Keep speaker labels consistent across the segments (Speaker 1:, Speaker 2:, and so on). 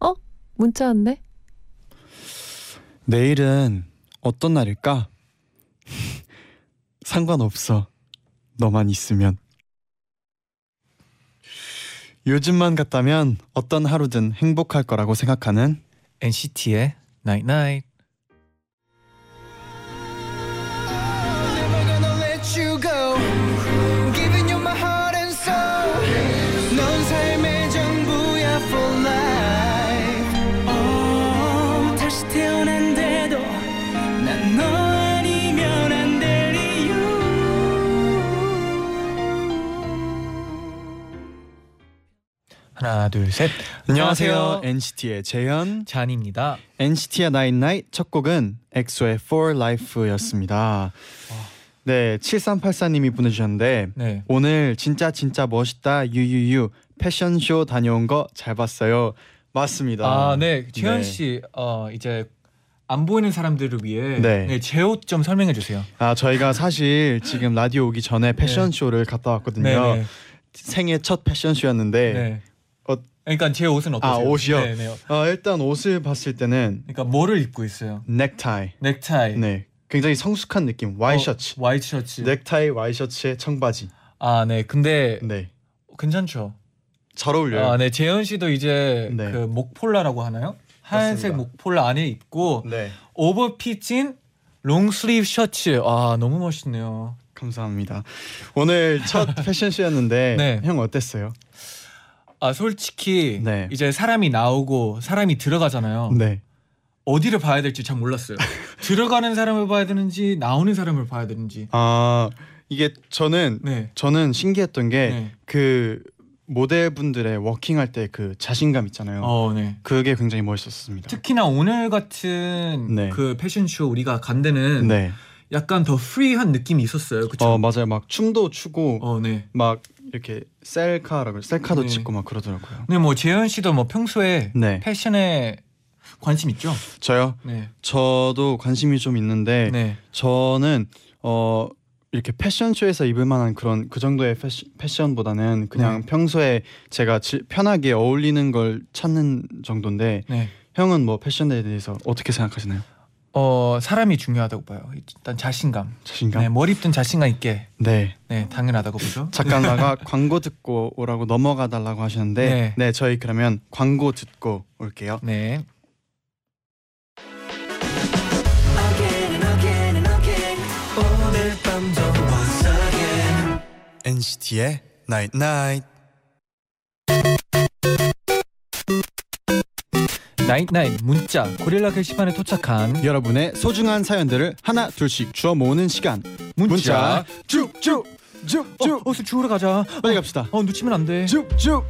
Speaker 1: 어? 문자 왔네?
Speaker 2: 내일은 어떤 날일까? 상관없어. 너만 있으면. 요즘만 같다면 어떤 하루든 행복할 거라고 생각하는
Speaker 3: NCT의 Night Night.
Speaker 4: Never gonna let you go. Giving you my heart and soul. 넌 삶의 전부야 for life. Oh, 다시 태어난데도 난 너 아니면 안 될 이유.
Speaker 3: 하나, 둘, 셋.
Speaker 2: 안녕하세요. NCT의 재현,
Speaker 3: 잔입니다.
Speaker 2: NCT의 Nine Night 첫 곡은 엑소의 For Life였습니다. 네, 7384님이 보내주셨는데
Speaker 3: 네.
Speaker 2: 오늘 진짜 진짜 멋있다 유유유 패션쇼 다녀온 거 잘 봤어요. 맞습니다.
Speaker 3: 아, 네. 재현
Speaker 2: 네.
Speaker 3: 씨, 어, 이제 안 보이는 사람들을 위해
Speaker 2: 네.
Speaker 3: 네, 제 옷 좀 설명해 주세요.
Speaker 2: 아 저희가 사실 지금 라디오 오기 전에 패션쇼를 갔다 왔거든요.
Speaker 3: 네.
Speaker 2: 생애 첫 패션쇼였는데
Speaker 3: 네.
Speaker 2: 어,
Speaker 3: 그러니까 제 옷은 어떠세요?
Speaker 2: 아 옷이요.
Speaker 3: 네, 네.
Speaker 2: 어, 일단 옷을 봤을 때는
Speaker 3: 그러니까 뭐를 입고 있어요?
Speaker 2: 넥타이.
Speaker 3: 넥타이.
Speaker 2: 네, 굉장히 성숙한 느낌.
Speaker 3: 어,
Speaker 2: 와이셔츠.
Speaker 3: 와이셔츠.
Speaker 2: 넥타이 와이셔츠에 청바지.
Speaker 3: 아, 네. 근데
Speaker 2: 네,
Speaker 3: 괜찮죠.
Speaker 2: 잘 어울려요.
Speaker 3: 아, 네. 재현 씨도 이제
Speaker 2: 네.
Speaker 3: 그 목폴라라고 하나요? 하얀색
Speaker 2: 맞습니다.
Speaker 3: 목폴라 안에 입고
Speaker 2: 네,
Speaker 3: 오버핏인 롱슬립 셔츠. 아, 너무 멋있네요.
Speaker 2: 감사합니다. 오늘 첫 패션쇼였는데
Speaker 3: 네.
Speaker 2: 형 어땠어요?
Speaker 3: 아, 솔직히
Speaker 2: 네.
Speaker 3: 이제 사람이 나오고 사람이 들어가잖아요.
Speaker 2: 네,
Speaker 3: 어디를 봐야 될지 잘 몰랐어요. 들어가는 사람을 봐야 되는지 나오는 사람을 봐야 되는지.
Speaker 2: 아 이게 저는
Speaker 3: 네.
Speaker 2: 저는 신기했던 게
Speaker 3: 네.
Speaker 2: 그 모델분들의 워킹할 때 그 자신감 있잖아요.
Speaker 3: 어, 네.
Speaker 2: 그게 굉장히 멋있었습니다.
Speaker 3: 특히나 오늘 같은
Speaker 2: 네.
Speaker 3: 그 패션쇼 우리가 간 데는
Speaker 2: 네.
Speaker 3: 약간 더 프리한 느낌이 있었어요. 그쵸?
Speaker 2: 어 맞아요. 막 춤도 추고
Speaker 3: 어, 네.
Speaker 2: 막 이렇게 셀카라고 셀카도
Speaker 3: 네.
Speaker 2: 찍고 막 그러더라고요.
Speaker 3: 근데 뭐 재현 씨도 뭐 평소에
Speaker 2: 네.
Speaker 3: 패션에 관심 있죠?
Speaker 2: 저요.
Speaker 3: 네.
Speaker 2: 저도 관심이 좀 있는데
Speaker 3: 네.
Speaker 2: 저는 어 이렇게 패션쇼에서 입을 만한 그런 그 정도의 패시, 패션보다는 그냥
Speaker 3: 네.
Speaker 2: 평소에 제가 지- 편하게 어울리는 걸 찾는 정도인데
Speaker 3: 네.
Speaker 2: 형은 뭐 패션에 대해서 어떻게 생각하시나요?
Speaker 3: 어, 사람이 중요하다고 봐요. 일단 자신감.
Speaker 2: 자신감?
Speaker 3: 네, 머리 입든 자신감 있게.
Speaker 2: 네.
Speaker 3: 네, 당연하다고 보죠.
Speaker 2: 작가가 광고 듣고 오라고 넘어가 달라고 하시는데
Speaker 3: 네.
Speaker 2: 네. 저희 그러면 광고 듣고 올게요.
Speaker 3: 네.
Speaker 4: Again and again and again 오늘 밤도 once again
Speaker 2: NCT의 Night Night.
Speaker 3: 나잇나잇 문자 고릴라 게시판에 도착한
Speaker 2: 여러분의 소중한 사연들을 하나 둘씩 주워 모으는 시간. 문자 쭉쭉쭉쭉
Speaker 3: 어, 어서 주우러 가자.
Speaker 2: 빨리 갑시다.
Speaker 3: 어, 놓치면 안 돼.
Speaker 2: 쭉쭉.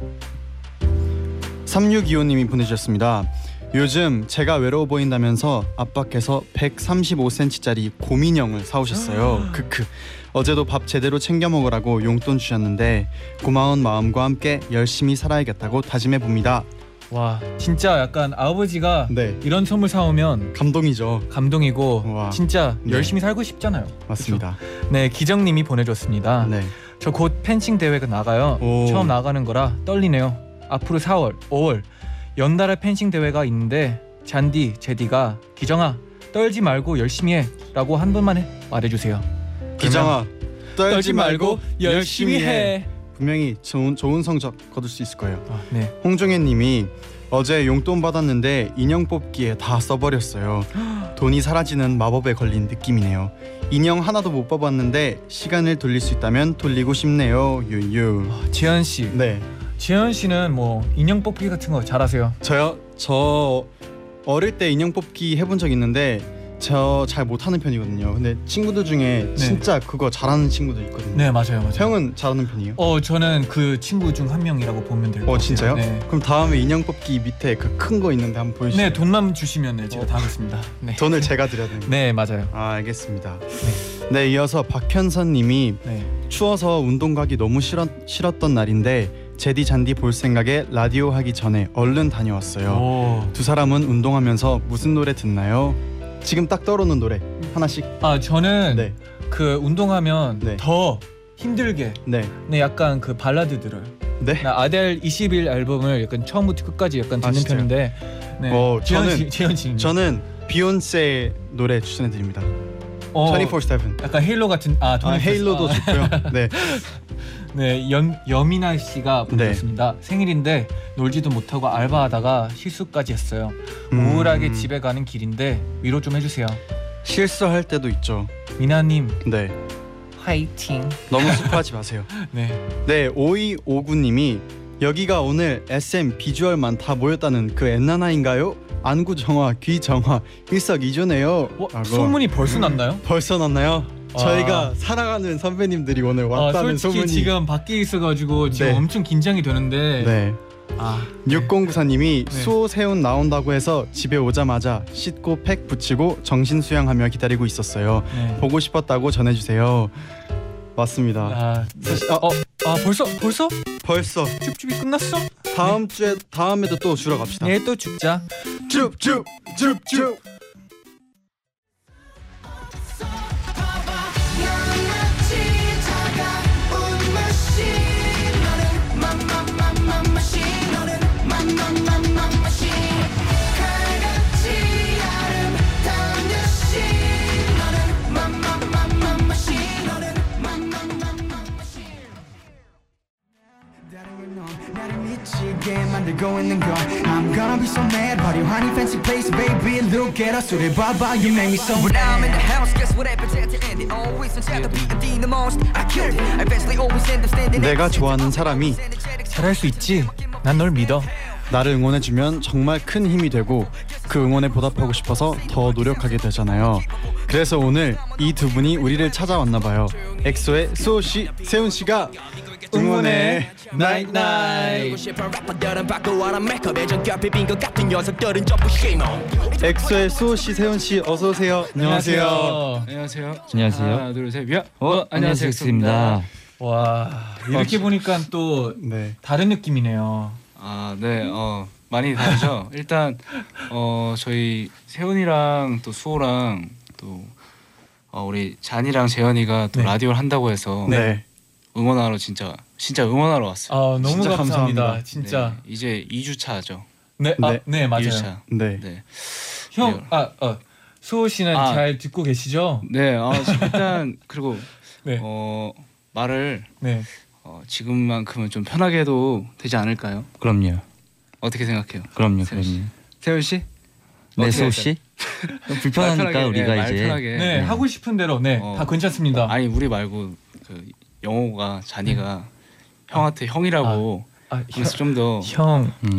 Speaker 2: 3625님이 보내주셨습니다. 요즘 제가 외로워 보인다면서 아빠께서 135cm짜리 곰인형을 사오셨어요. 크크. 어제도 밥 제대로 챙겨 먹으라고 용돈 주셨는데 고마운 마음과 함께 열심히 살아야겠다고 다짐해 봅니다.
Speaker 3: 와, 진짜 약간 아버지가
Speaker 2: 네.
Speaker 3: 이런 선물 사오면
Speaker 2: 감동이죠.
Speaker 3: 감동이고
Speaker 2: 와.
Speaker 3: 진짜
Speaker 2: 네.
Speaker 3: 열심히 살고 싶잖아요.
Speaker 2: 맞습니다.
Speaker 3: 그쵸? 네, 기정님이 보내줬습니다.
Speaker 2: 네.
Speaker 3: 저 곧 펜싱 대회가 나가요.
Speaker 2: 오.
Speaker 3: 처음 나가는 거라 떨리네요. 앞으로 4월, 5월 연달아 펜싱 대회가 있는데 잔디, 제디가 기정아 떨지 말고 열심히 해라고 한 번만 해- 말해주세요.
Speaker 2: 기정아 떨지, 말고 열심히 해.
Speaker 3: 해.
Speaker 2: 분명히 좋은 좋은 성적 거둘 수 있을 거예요.
Speaker 3: 아, 네.
Speaker 2: 홍종혜님이 어제 용돈 받았는데 인형 뽑기에 다 써버렸어요. 돈이 사라지는 마법에 걸린 느낌이네요. 인형 하나도 못 뽑았는데 시간을 돌릴 수 있다면 돌리고 싶네요. 유유.
Speaker 3: 아, 재현 씨,
Speaker 2: 네,
Speaker 3: 재현 씨는 뭐 인형 뽑기 같은 거 잘하세요.
Speaker 2: 저요. 저 어릴 때 인형 뽑기 해본 적 있는데 저 잘 못하는 편이거든요. 근데 친구들 중에 진짜 그거 잘하는 친구들 있거든요.
Speaker 3: 네 맞아요 맞아요.
Speaker 2: 형은 잘하는 편이에요?
Speaker 3: 어 저는 그 친구 중 한 명이라고 보면 될것
Speaker 2: 어,
Speaker 3: 같아요.
Speaker 2: 진짜요?
Speaker 3: 네.
Speaker 2: 그럼 다음에 인형 뽑기 밑에 그 큰 거 있는데 한번 보여주세요.
Speaker 3: 네 돈만 주시면 네, 제가
Speaker 2: 어.
Speaker 3: 다 하겠습니다. 네.
Speaker 2: 돈을 제가 드려야 되는 거예요.
Speaker 3: 네 맞아요.
Speaker 2: 아 알겠습니다. 네 이어서 박현선님이
Speaker 3: 네.
Speaker 2: 추워서 운동 가기 너무 싫었, 싫었던 날인데 제디 잔디 볼 생각에 라디오 하기 전에 얼른 다녀왔어요.
Speaker 3: 오.
Speaker 2: 두 사람은 운동하면서 무슨 노래 듣나요? 지금 딱 떠오르는 노래 하나씩.
Speaker 3: 아 저는
Speaker 2: 네,
Speaker 3: 그 운동하면
Speaker 2: 네.
Speaker 3: 더 힘들게
Speaker 2: 네,
Speaker 3: 네 약간 그 발라드 들어요.
Speaker 2: 네.
Speaker 3: 나 아델 21 앨범을 약간 처음부터 끝까지 약간
Speaker 2: 아,
Speaker 3: 듣는
Speaker 2: 진짜요?
Speaker 3: 편인데. 네.
Speaker 2: 어,
Speaker 3: 재현
Speaker 2: 저는-
Speaker 3: 씨, 재현 씨.
Speaker 2: 저는 비욘세 노래 추천해 드립니다.
Speaker 3: 어,
Speaker 2: 24/7.
Speaker 3: 약간 헤일로 같은 아,
Speaker 2: 아,
Speaker 3: 24
Speaker 2: 헤일로도
Speaker 3: 아,
Speaker 2: 좋고요. 네.
Speaker 3: 네, 연, 여미나 씨가
Speaker 2: 네.
Speaker 3: 보내셨습니다. 생일인데 놀지도 못하고 알바하다가 실수까지 했어요.
Speaker 2: 음.
Speaker 3: 우울하게 집에 가는 길인데 위로 좀 해주세요.
Speaker 2: 실수할 때도 있죠.
Speaker 3: 미나님
Speaker 2: 네.
Speaker 3: 화이팅.
Speaker 2: 너무 슬퍼하지 마세요.
Speaker 3: 네.
Speaker 2: 네, 5259님이 여기가 오늘 SM 비주얼만 다 모였다는 그 엔나나인가요? 안구 정화, 귀 정화, 일석이조네요.
Speaker 3: 어,
Speaker 2: 라고.
Speaker 3: 소문이 벌써
Speaker 2: 음.
Speaker 3: 났나요?
Speaker 2: 벌써 났나요?
Speaker 3: 아.
Speaker 2: 저희가 사랑하는 선배님들이 오늘
Speaker 3: 아,
Speaker 2: 왔다는
Speaker 3: 솔직히
Speaker 2: 소문이.
Speaker 3: 지금 밖에 있어가지고 지금
Speaker 2: 네.
Speaker 3: 엄청 긴장이 되는데
Speaker 2: 네.
Speaker 3: 아, 네.
Speaker 2: 6094님이
Speaker 3: 네.
Speaker 2: 수호 세훈 나온다고 해서 집에 오자마자 씻고 팩 붙이고 정신 수양하며 기다리고 있었어요.
Speaker 3: 네.
Speaker 2: 보고 싶었다고 전해주세요. 맞습니다.
Speaker 3: 아,
Speaker 2: 아, 어,
Speaker 3: 아 벌써 벌써
Speaker 2: 벌써
Speaker 3: 춥춥이 끝났어?
Speaker 2: 다음 주에 다음에도 또 주러 갑시다.
Speaker 3: 네 또 춥자.
Speaker 2: 줍줍 줍줍.
Speaker 4: 미치게 만들고 있는 걸 I'm gonna be so mad 화려한 이 fancy place baby look at us 우리 봐봐 you make me so
Speaker 5: When I'm
Speaker 4: mad
Speaker 5: in the house, guess what happens at the end? They always on top of beating the most. I killed it. I best they always end up standing.
Speaker 2: 내가 좋아하는 사람이
Speaker 3: 잘할 수 있지. 난 널 믿어.
Speaker 2: 나를 응원해주면 정말 큰 힘이 되고 그 응원에 보답하고 싶어서 더 노력하게 되잖아요. 그래서 오늘 이 두 분이 우리를 찾아왔나 봐요. 엑소의 수호 씨, 세훈 씨가 응원해 나잇나잇. 엑소의 수호 씨, 세훈 씨 어서 오세요.
Speaker 6: 안녕하세요.
Speaker 7: 안녕하세요.
Speaker 6: 하나 둘 셋. 야.
Speaker 7: 어, 안녕하세요. 엑스입니다.
Speaker 3: 와 아, 이렇게 보니까 또
Speaker 2: 네.
Speaker 3: 다른 느낌이네요.
Speaker 6: 아, 네. 어, 많이 다르죠. 일단 어, 저희 세훈이랑 또 수호랑 또 어, 우리 잔이랑 재현이가 또
Speaker 3: 네.
Speaker 6: 라디오를 한다고 해서
Speaker 2: 네.
Speaker 6: 응원하러 진짜 진짜 응원하러 왔어요.
Speaker 3: 아 너무
Speaker 2: 진짜
Speaker 3: 감사합니다.
Speaker 2: 감사합니다.
Speaker 3: 진짜.
Speaker 6: 네, 이제 2주 차죠.
Speaker 3: 네, 아,
Speaker 2: 네.
Speaker 3: 네 맞아요.
Speaker 6: 2주차.
Speaker 2: 네.
Speaker 6: 네.
Speaker 3: 형, 아, 어, 수호 씨는
Speaker 6: 아.
Speaker 3: 잘 듣고 계시죠?
Speaker 6: 네. 어, 일단 그리고
Speaker 3: 네.
Speaker 6: 어, 말을
Speaker 3: 네.
Speaker 6: 어, 지금만큼은 좀 편하게 해도 되지 않을까요?
Speaker 7: 그럼요.
Speaker 2: 네.
Speaker 6: 어떻게 생각해요?
Speaker 7: 그럼요.
Speaker 6: 세훈
Speaker 7: 그럼요.
Speaker 6: 씨. 세훈 씨?
Speaker 7: 네,
Speaker 6: 어떻게
Speaker 7: 수호
Speaker 6: 할까요?
Speaker 7: 씨. 좀
Speaker 6: 말 편하게,
Speaker 7: 불편하니까
Speaker 6: 예,
Speaker 7: 우리가
Speaker 6: 말
Speaker 7: 이제
Speaker 6: 편하게.
Speaker 3: 네,
Speaker 6: 네.
Speaker 3: 하고 싶은 대로 네,
Speaker 6: 어.
Speaker 3: 다 괜찮습니다. 아,
Speaker 6: 아니 우리 말고 그 영호가 잔이가 형한테 형이라고
Speaker 3: 형,
Speaker 6: 하면서 좀 더
Speaker 3: 네. 아, 형,
Speaker 7: 음,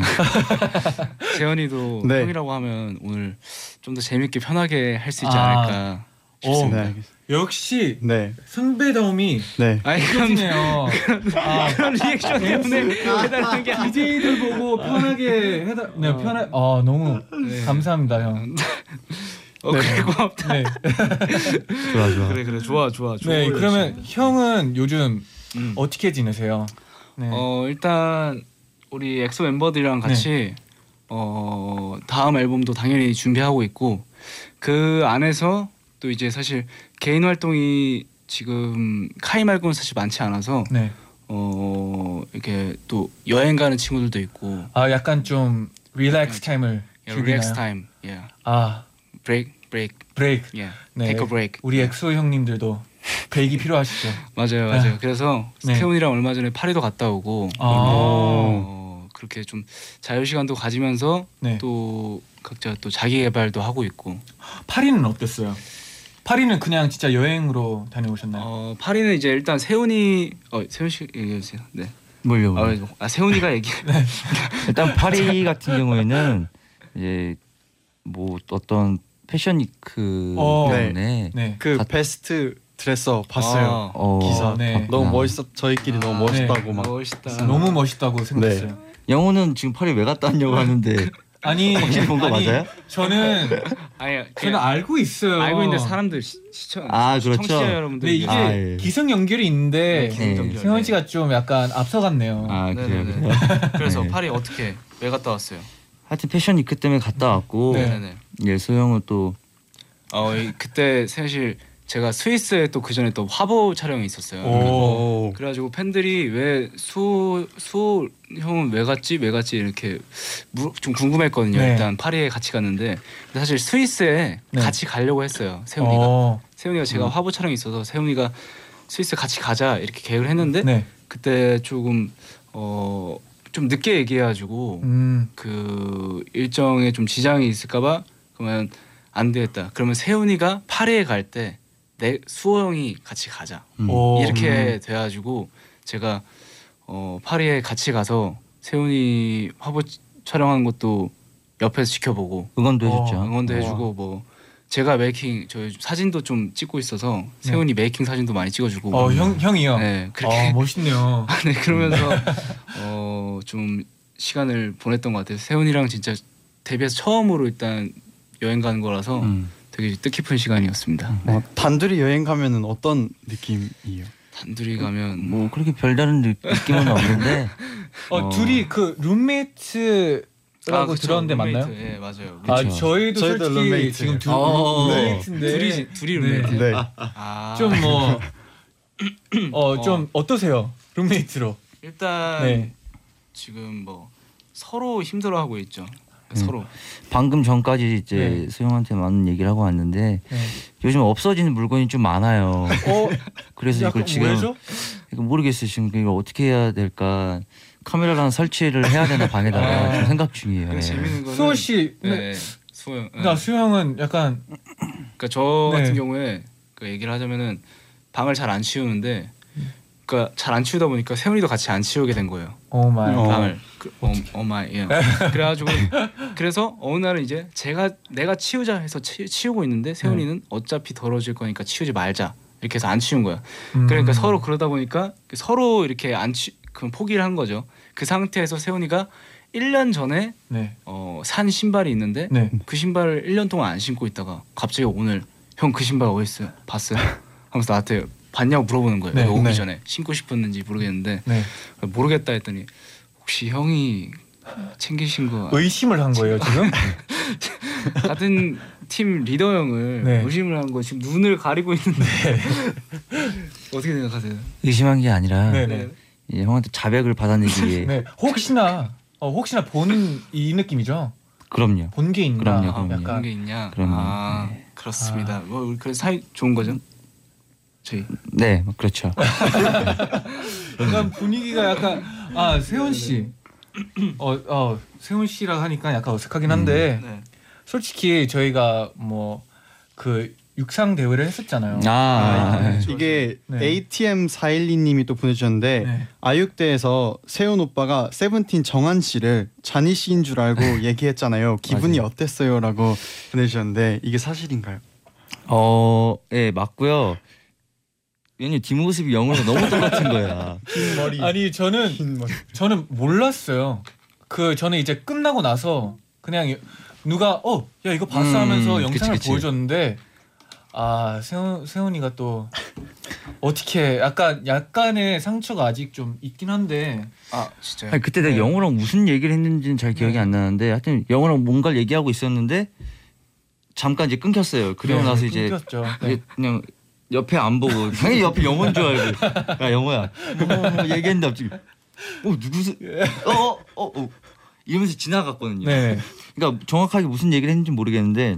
Speaker 6: 재현이도
Speaker 2: 네.
Speaker 6: 형이라고 하면 오늘 좀 더 재밌게 편하게 할 수 있지
Speaker 3: 아.
Speaker 6: 않을까
Speaker 3: 오,
Speaker 6: 싶습니다.
Speaker 2: 네.
Speaker 3: 역시
Speaker 2: 네.
Speaker 3: 선배다움이
Speaker 2: 네.
Speaker 6: 아니 그럼
Speaker 3: 느껴지네요. 아,
Speaker 6: 그런 리액션 때문에 해달라는 게 아니.
Speaker 3: DJ들 보고 편하게 해다 네 편하 아 너무
Speaker 6: 네.
Speaker 3: 감사합니다 형.
Speaker 6: 어, 그래 고맙다.
Speaker 3: 네.
Speaker 7: 좋아 좋아.
Speaker 6: 그래 그래 좋아 좋아 좋아.
Speaker 3: 네 그러면 형은 요즘
Speaker 6: 음.
Speaker 3: 어떻게 지내세요? 네.
Speaker 6: 어 일단 우리 엑소 멤버들이랑
Speaker 3: 네.
Speaker 6: 같이 어 다음 앨범도 당연히 준비하고 있고 그 안에서 또 이제 사실 개인 활동이 지금 카이 말고는 사실 많지 않아서
Speaker 3: 네.
Speaker 6: 어 이렇게 또 여행 가는 친구들도 있고
Speaker 3: 아 약간 좀
Speaker 6: 음.
Speaker 3: 릴렉스 타임을 즐기나요?
Speaker 6: 릴렉스 타임 예
Speaker 3: 아
Speaker 6: 브레이크 브레이크
Speaker 3: 브레이크.
Speaker 6: 예
Speaker 3: 네.
Speaker 6: 테이크 브레이크
Speaker 3: 우리 엑소 형님들도 브레이크 필요하시죠?
Speaker 6: 맞아요 맞아요 그래서
Speaker 3: 네.
Speaker 6: 태훈이랑 얼마 전에 파리도 갔다 오고
Speaker 3: 아.
Speaker 6: 어, 그렇게 좀 자유 시간도 가지면서
Speaker 3: 네.
Speaker 6: 또 각자 또 자기 개발도 하고 있고
Speaker 3: 파리는 어땠어요? 파리는 그냥 진짜 여행으로 다녀오셨나요?
Speaker 6: 어 파리는 이제 일단 세훈이 어 세훈 씨 얘기해 주세요. 네.
Speaker 7: 몰려.
Speaker 6: 아, 아 세훈이가 얘기.
Speaker 3: 네,
Speaker 7: 일단 파리 같은 경우에는 이제 뭐 어떤 패션 그 위크
Speaker 3: 어.
Speaker 7: 때문에
Speaker 3: 네.
Speaker 2: 그
Speaker 7: 다-
Speaker 2: 베스트 드레서 봤어요.
Speaker 6: 아,
Speaker 7: 어, 뭐
Speaker 2: 기사.
Speaker 3: 네.
Speaker 2: 너무
Speaker 7: 아.
Speaker 2: 멋있어. 저희끼리 너무
Speaker 3: 아, 네.
Speaker 2: 멋있다고 막.
Speaker 6: 멋있다.
Speaker 3: 너무 멋있다고 생각했어요.
Speaker 7: 영호는 지금 파리 왜 갔다 왔냐고 하는데
Speaker 3: 아니,
Speaker 7: 혹시 네. 본거
Speaker 3: 아니,
Speaker 7: 맞아요?
Speaker 3: 저는
Speaker 6: 아니
Speaker 3: 저는
Speaker 6: 그냥
Speaker 3: 알고 있어요.
Speaker 6: 알고 있는데 사람들 시, 시청
Speaker 7: 아, 그렇죠.
Speaker 6: 청취자
Speaker 3: 근데
Speaker 6: 여러분들
Speaker 3: 이게
Speaker 7: 아, 예.
Speaker 3: 기승 연결이 있는데
Speaker 7: 네.
Speaker 3: 승현 씨가 좀 약간 앞서갔네요.
Speaker 7: 아 그래요.
Speaker 6: 네네네.
Speaker 7: 그래요.
Speaker 6: 그래서
Speaker 7: 네.
Speaker 6: 파리 어떻게 왜 갔다 왔어요?
Speaker 7: 하여튼 패션 위크 때문에 갔다 왔고
Speaker 3: 네.
Speaker 6: 네네네.
Speaker 7: 예 소영은 또
Speaker 6: 어 이- 그때 사실 제가 스위스에 또 그 전에 또 화보 촬영이 있었어요.
Speaker 2: 오.
Speaker 6: 그래가지고 팬들이 왜수수 형은 왜 갔지 왜 갔지 이렇게 물, 좀 궁금했거든요.
Speaker 3: 네.
Speaker 6: 일단 파리에 같이 갔는데 근데 사실 스위스에
Speaker 3: 네.
Speaker 6: 같이 가려고 했어요. 세훈이가
Speaker 3: 어,
Speaker 6: 세훈이가 제가 화보 촬영이 있어서 세훈이가 스위스 같이 가자 이렇게 계획을 했는데
Speaker 3: 네.
Speaker 6: 그때 조금 어 좀 늦게 얘기해가지고
Speaker 3: 음.
Speaker 6: 그 일정에 좀 지장이 있을까봐 그러면 안 되겠다. 그러면 세훈이가 파리에 갈 때 내 수호 형이 같이 가자.
Speaker 7: 음.
Speaker 3: 오.
Speaker 6: 이렇게 돼가지고 제가 어, 파리에 같이 가서 세훈이 화보 치- 촬영한 것도 옆에서 지켜보고
Speaker 7: 응원도
Speaker 3: 어,
Speaker 7: 해줬죠.
Speaker 6: 응원도 해주고 뭐 제가 메이킹 저 사진도 좀 찍고 있어서 세훈이
Speaker 7: 네.
Speaker 6: 메이킹 사진도 많이 찍어주고
Speaker 3: 어, 형 형이요.
Speaker 6: 네 그렇게
Speaker 7: 어, 뭐
Speaker 3: 아, 멋있네요.
Speaker 6: 네 그러면서 어, 좀 시간을 보냈던 것 같아요. 세훈이랑 진짜 데뷔해서 처음으로 일단 여행 가는 거라서
Speaker 7: 음.
Speaker 6: 되게 뜻깊은 시간이었습니다.
Speaker 3: 음.
Speaker 2: 어, 단둘이 여행 가면은 어떤 느낌이에요?
Speaker 6: 단둘이 가면 아,
Speaker 7: 뭐 그렇게 별다른 느- 느낌은 없는데
Speaker 3: 어,
Speaker 7: 어.
Speaker 3: 둘이 그 룸메이트라고
Speaker 6: 아, 그쵸,
Speaker 3: 들었는데 맞나요?
Speaker 6: 룸메이트. 예 맞아요.
Speaker 3: 아,
Speaker 7: 그쵸.
Speaker 3: 저희도
Speaker 2: 저희도
Speaker 3: 솔직히
Speaker 2: 룸메이트예요.
Speaker 3: 지금 둘
Speaker 7: 어,
Speaker 3: 룸메이트인데
Speaker 6: 둘이 둘이 룸메이트.
Speaker 3: 네.
Speaker 6: 아,
Speaker 3: 좀 뭐, 어, 좀 어. 떠세요 룸메이트로?
Speaker 6: 일단
Speaker 3: 네.
Speaker 6: 지금 뭐 서로 힘들어하고 있죠.
Speaker 3: 음.
Speaker 6: 서로
Speaker 7: 방금 전까지 이제
Speaker 3: 네.
Speaker 7: 소영한테 많은 얘기를 하고 왔는데
Speaker 3: 네.
Speaker 7: 요즘 없어지는 물건이 좀 많아요.
Speaker 3: 어,
Speaker 7: 그래서
Speaker 3: 약간
Speaker 7: 이걸 지금
Speaker 3: 뭐죠?
Speaker 7: 이거 모르겠어요. 지금 이걸 어떻게 해야 될까? 카메라를 하나 설치를 해야 되나 방에다가
Speaker 3: 아.
Speaker 7: 지금 생각 중이에요. 예.
Speaker 6: 근데 재밌는 거는
Speaker 3: 수호 씨,
Speaker 6: 네,
Speaker 3: 네.
Speaker 6: 네. 수호 형. 네.
Speaker 3: 나 수호 형은 약간
Speaker 6: 그러니까 저
Speaker 3: 네.
Speaker 6: 같은 경우에 그 얘기를 하자면은 방을 잘 안 치우는데 그러니까 잘 안 치우다 보니까 세훈이도 같이 안 치우게 된 거예요.
Speaker 3: 오 마이
Speaker 2: 어.
Speaker 6: 방을 그, 어, 어 마이 예. 그래가지고 그래서 어느 날은 이제 제가 내가 치우자 해서 치, 치우고 있는데 세훈이는 어차피 더러워질 거니까 치우지 말자 이렇게 해서 안 치운 거야.
Speaker 3: 음.
Speaker 6: 그러니까 서로 그러다 보니까 서로 이렇게 안 치, 그 포기를 한 거죠. 그 상태에서 세훈이가 1년 전에
Speaker 3: 네.
Speaker 6: 어, 산 신발이 있는데
Speaker 3: 네.
Speaker 6: 그 신발을 1년 동안 안 신고 있다가 갑자기 오늘 형 그 신발 어디 있어요? 봤어요? 하면서 나한테 봤냐고 물어보는 거예요.
Speaker 3: 네,
Speaker 6: 여기 오기
Speaker 3: 네.
Speaker 6: 전에 신고 싶었는지 모르겠는데
Speaker 3: 네.
Speaker 6: 모르겠다 했더니 혹시 형이 챙기신 거
Speaker 3: 의심을 한 거예요, 지금?
Speaker 6: 같은 팀 리더 형을
Speaker 3: 네.
Speaker 6: 의심을 한 거 지금 눈을 가리고 있는데 어떻게 생각하세요?
Speaker 7: 의심한 게 아니라
Speaker 3: 네, 네.
Speaker 7: 이 형한테 자백을 받아내기에
Speaker 3: 네. 혹시나 어, 혹시나 본 이 느낌이죠?
Speaker 7: 그럼요.
Speaker 3: 본 게 있나?
Speaker 7: 그럼요,
Speaker 3: 아,
Speaker 7: 그럼요.
Speaker 6: 그런 게
Speaker 3: 약간
Speaker 6: 있냐?
Speaker 7: 그럼요.
Speaker 6: 아 그렇습니다. 뭐 그래 사이 좋은 거죠? 저희
Speaker 7: 네, 그렇죠.
Speaker 3: 약간 분위기가 약간 아 세훈 씨, 어, 어 세훈 씨라 하니까 약간 어색하긴 한데
Speaker 6: 네.
Speaker 3: 솔직히 저희가 뭐 그 육상 대회를 했었잖아요.
Speaker 7: 아, 아,
Speaker 2: 이게
Speaker 3: 네.
Speaker 2: ATM 412님이 또 보내주셨는데
Speaker 3: 네.
Speaker 2: 아육대에서 세훈 오빠가 세븐틴 정한 씨를 자니 씨인 줄 알고 얘기했잖아요. 기분이 어땠어요?라고 보내주셨는데 이게 사실인가요?
Speaker 7: 어, 예, 맞고요. 왜냐면 뒷모습이 영어랑 너무 똑같은 거야.
Speaker 2: 긴 머리,
Speaker 3: 아니 저는
Speaker 2: 긴 머리.
Speaker 3: 저는 몰랐어요. 그 저는 이제 끝나고 나서 그냥 누가 어 야 이거 봤어
Speaker 7: 음,
Speaker 3: 하면서
Speaker 7: 그치,
Speaker 3: 영상을
Speaker 7: 그치.
Speaker 3: 보여줬는데 아 세훈 세훈이가 또 어떻게 약간 약간의 상처가 아직 좀 있긴 한데
Speaker 6: 아 진짜요?
Speaker 7: 아니, 그때 내가
Speaker 3: 네.
Speaker 7: 영어랑 무슨 얘기를 했는지는 잘 기억이
Speaker 3: 네.
Speaker 7: 안 나는데 하여튼 영어랑 뭔가를 얘기하고 있었는데 잠깐 이제 끊겼어요. 그리고
Speaker 3: 네,
Speaker 7: 나서 이제
Speaker 3: 끊겼죠. 네.
Speaker 7: 이게 그냥 옆에 안 보고 당연히 옆에 영어인 줄 알고 야 영어야 뭐, 뭐 얘기했는데 갑자기 어 누구세요? 어어어 어, 어. 이러면서 지나갔거든요.
Speaker 3: 네.
Speaker 7: 그러니까 정확하게 무슨 얘기를 했는지 모르겠는데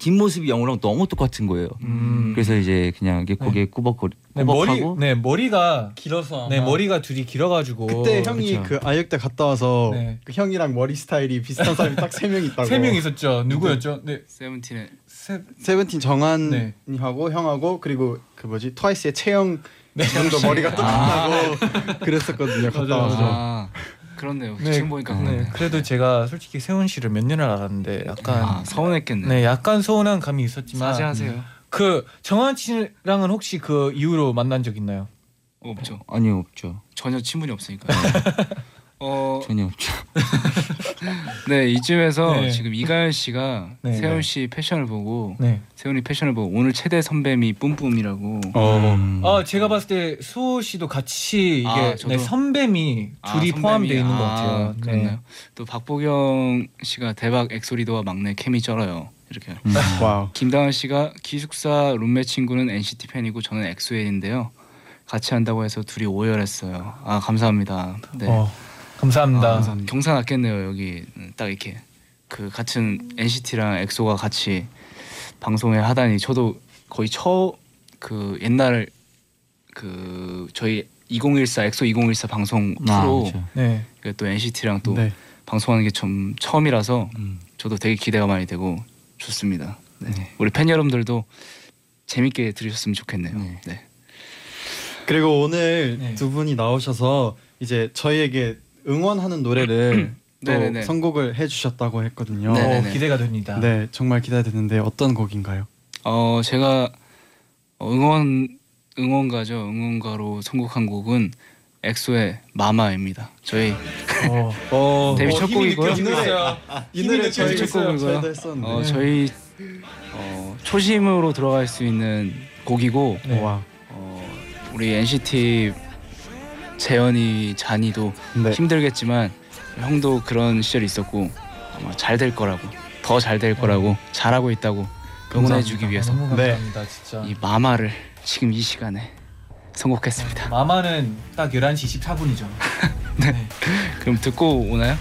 Speaker 7: 뒷모습이 영어랑 너무 똑같은 거예요.
Speaker 3: 음.
Speaker 7: 그래서 이제 그냥 이게 고개 꾸벅거리
Speaker 3: 네, 머리
Speaker 7: 꾸벅하고
Speaker 3: 네 머리가 길어서 네 머리가 둘이 길어가지고
Speaker 2: 그때 형이 그
Speaker 7: 그쵸.
Speaker 2: 아육대 갔다 와서
Speaker 3: 네.
Speaker 2: 그 형이랑 머리 스타일이 비슷한 사람이 딱 세 명 있다고.
Speaker 3: 세 명 있었죠 누구였죠 네세
Speaker 6: 세븐틴의
Speaker 2: 세븐틴 정한이하고
Speaker 3: 네.
Speaker 2: 형하고 그리고 그 뭐지 트와이스의 채영 형도 머리가 똑같다고 그랬었거든요. 갔다
Speaker 3: 맞아, 맞아.
Speaker 2: 와서.
Speaker 6: 아 그렇네요.
Speaker 3: 네.
Speaker 6: 지금 보니까
Speaker 3: 네,
Speaker 6: 그렇네.
Speaker 3: 그래도 제가 솔직히 세훈 씨를 몇 년을 알았는데 약간
Speaker 6: 아 서운했겠네.
Speaker 3: 네 아, 약간 서운한 감이 있었지만
Speaker 6: 사죄하세요.
Speaker 3: 그 정한 씨랑은 혹시 그 이후로 만난 적 있나요?
Speaker 6: 없죠.
Speaker 7: 아니요 없죠.
Speaker 6: 어, 전혀 친분이 없으니까.
Speaker 3: 네.
Speaker 6: 어,
Speaker 7: 전혀 없죠.
Speaker 6: 네 이쯤에서
Speaker 3: 네.
Speaker 6: 지금 이가연 씨가
Speaker 3: 네.
Speaker 6: 세훈 씨 패션을 보고
Speaker 3: 네.
Speaker 6: 세훈이 패션을 보고 오늘 최대 선배미 뿜뿜이라고
Speaker 2: 어.
Speaker 3: 아 제가 봤을 때 수호 씨도 같이 이게
Speaker 6: 아, 저도.
Speaker 3: 네, 선배미
Speaker 6: 아,
Speaker 3: 둘이
Speaker 6: 선배미.
Speaker 3: 포함되어 있는
Speaker 6: 아,
Speaker 3: 것 같아요. 네.
Speaker 6: 그렇나요? 또 박보경 씨가 대박 엑소리도와 막내 케미 쩔어요. 이렇게.
Speaker 3: 음.
Speaker 2: 와우.
Speaker 6: 김다은 씨가 기숙사 룸메 친구는 NCT 팬이고 저는 엑소엘인데요. 같이 한다고 해서 둘이 오열했어요. 아 감사합니다. 네.
Speaker 3: 어, 감사합니다.
Speaker 6: 아, 경사 났겠네요 여기 딱 이렇게 그 같은 NCT랑 엑소가 같이 방송에 하다니 저도 거의 처그 옛날 그 저희 2014 엑소 2014 방송 프로
Speaker 7: 그렇죠.
Speaker 3: 네.
Speaker 6: 그또 NCT랑 또
Speaker 2: 네.
Speaker 6: 방송하는 게 좀 처음이라서
Speaker 7: 음.
Speaker 6: 저도 되게 기대가 많이 되고 좋습니다. 네. 우리 팬 여러분들도 재밌게 들으셨으면 좋겠네요.
Speaker 7: 네.
Speaker 6: 네.
Speaker 2: 그리고 오늘
Speaker 3: 네.
Speaker 2: 두 분이 나오셔서 이제 저희에게 응원하는 노래를 또
Speaker 6: 네네네.
Speaker 2: 선곡을 해주셨다고 했거든요.
Speaker 6: 네네.
Speaker 3: 어,
Speaker 6: 네네네.
Speaker 3: 기대가 됩니다.
Speaker 2: 네, 정말 기대되는데 어떤 곡인가요?
Speaker 6: 어 제가 어, 응원 응원가죠. 응원가로 선곡한 곡은 엑소의 마마입니다. 저희
Speaker 3: 어,
Speaker 2: 어,
Speaker 6: 데뷔 첫
Speaker 2: 힘이
Speaker 6: 곡이고요.
Speaker 2: 느껴지네요. 네. 이 노래 저희
Speaker 6: 첫 곡이고요.
Speaker 2: 저희도 했었는데.
Speaker 6: 어, 저희 어, 초심으로 들어갈 수 있는 곡이고
Speaker 3: 네.
Speaker 2: 와.
Speaker 6: 어, 우리 NCT 재현이 잔이도
Speaker 2: 네.
Speaker 6: 힘들겠지만 형도 그런 시절이 있었고 아마 잘 될 거라고 더 잘 될 거라고 잘하고 있다고 응원해주기
Speaker 3: 감사합니다.
Speaker 6: 위해서
Speaker 3: 너무
Speaker 2: 네.
Speaker 3: 감사합니다, 진짜.
Speaker 6: 이 마마를 지금 이 시간에 선곡했습니다.
Speaker 3: 마마는 딱 11시 24분이죠. 네.
Speaker 6: 그럼 듣고 오나요?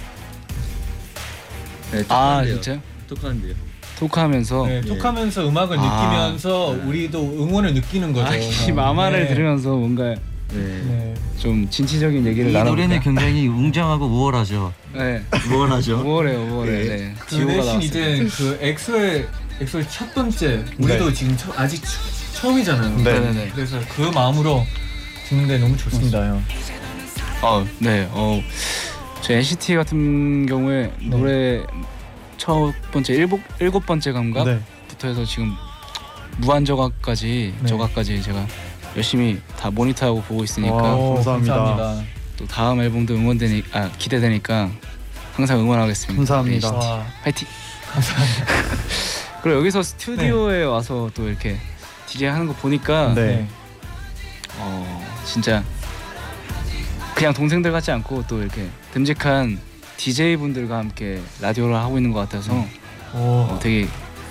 Speaker 7: 네,
Speaker 6: 아
Speaker 7: 똑똑한데요.
Speaker 6: 진짜요?
Speaker 7: 똑똑한데요.
Speaker 6: 토크하면서
Speaker 3: 네, 톡하면서 음악을
Speaker 6: 어, 예. 아,
Speaker 3: 느끼면서 우리도 응원을 느끼는 거죠.
Speaker 6: 아, 이 마마를
Speaker 3: 네.
Speaker 6: 들으면서 뭔가
Speaker 7: 네.
Speaker 3: 네.
Speaker 6: 좀 진취적인
Speaker 7: 이
Speaker 6: 얘기를 나눠볼까?
Speaker 7: 노래는 굉장히 웅장하고 우월하죠. 음,
Speaker 6: 네.
Speaker 7: 우월하죠.
Speaker 6: 우월해요, 우월해. 네. 네.
Speaker 3: 그 대신 이제 그 엑소의 엑소의 첫 번째 우리도 지금 처, 아직 처, 처음이잖아요.
Speaker 2: 네.
Speaker 6: 네네네.
Speaker 3: 그래서 그 마음으로 듣는데 너무 좋습니다.
Speaker 6: 어, 네. 어, 저 NCT 같은 경우에
Speaker 2: 네.
Speaker 6: 노래 첫 번째 일곱 일곱 번째 감각부터
Speaker 2: 네.
Speaker 6: 해서 지금 무한 저각까지
Speaker 3: 네.
Speaker 6: 저각까지 제가 열심히 다 모니터하고 보고 있으니까
Speaker 2: 와우. 아, 감사합니다.
Speaker 6: 또 다음 앨범도 응원되니 아 기대되니까 항상 응원하겠습니다.
Speaker 2: 감사합니다.
Speaker 6: NCT.
Speaker 3: 와,
Speaker 6: 파이팅. 감사합니다. 그리고 여기서 스튜디오에 와서 또 이렇게 DJ 하는 거 보니까
Speaker 2: 네.
Speaker 3: 네.
Speaker 6: 어, 진짜 그냥 동생들 같지 않고 또 이렇게 듬직한 DJ 분들과 함께 라디오를 하고 있는 것 같아서
Speaker 3: 오.
Speaker 6: 어, 되게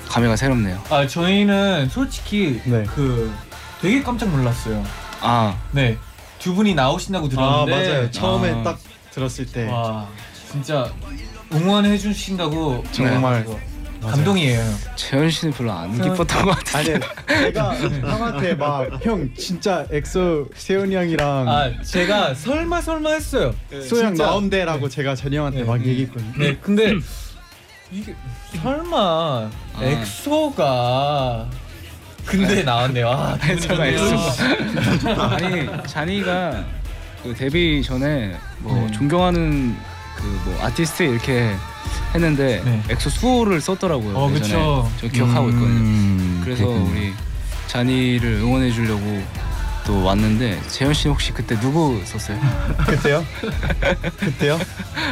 Speaker 6: 감회가 새롭네요.
Speaker 3: 아 저희는 솔직히
Speaker 2: 네.
Speaker 3: 그 되게 깜짝 놀랐어요.
Speaker 6: 아,
Speaker 3: 네. 두 분이 나오신다고
Speaker 2: 아,
Speaker 3: 들었는데
Speaker 2: 맞아요. 처음에
Speaker 6: 아.
Speaker 2: 딱 들었을 때
Speaker 3: 네. 와 진짜 응원해 주신다고
Speaker 2: 정말 맞아요.
Speaker 3: 감동이에요.
Speaker 6: 재현 씨는 별로 안
Speaker 3: 저는-
Speaker 6: 기뻤던 것 같아.
Speaker 2: 아니 내가 형한테 막 형 진짜 엑소 세훈이 형이랑
Speaker 3: 아 제가 설마 설마 했어요.
Speaker 2: 소영
Speaker 3: 진짜.
Speaker 2: 나온대라고 제가 전이 형한테
Speaker 3: 네.
Speaker 2: 막
Speaker 3: 음. 아.
Speaker 2: 얘기했거든요.
Speaker 3: 네 근데 이게 설마 엑소가 근데 나왔네요. 아, 기분이
Speaker 6: 설마
Speaker 3: 좋네요.
Speaker 6: 아니, 잔이가 그 데뷔 전에 뭐
Speaker 3: 네.
Speaker 6: 존경하는 그 뭐 아티스트 이렇게 했는데
Speaker 3: 네.
Speaker 6: 엑소 수호를 썼더라고요.
Speaker 3: 어,
Speaker 6: 예전에.
Speaker 3: 그쵸.
Speaker 6: 저 기억하고 있거든요.
Speaker 7: 음,
Speaker 6: 그래서 우리 잔이를 응원해 주려고 또 왔는데 재현 씨 혹시 그때 누구 썼어요?
Speaker 2: 그때요? 그때요?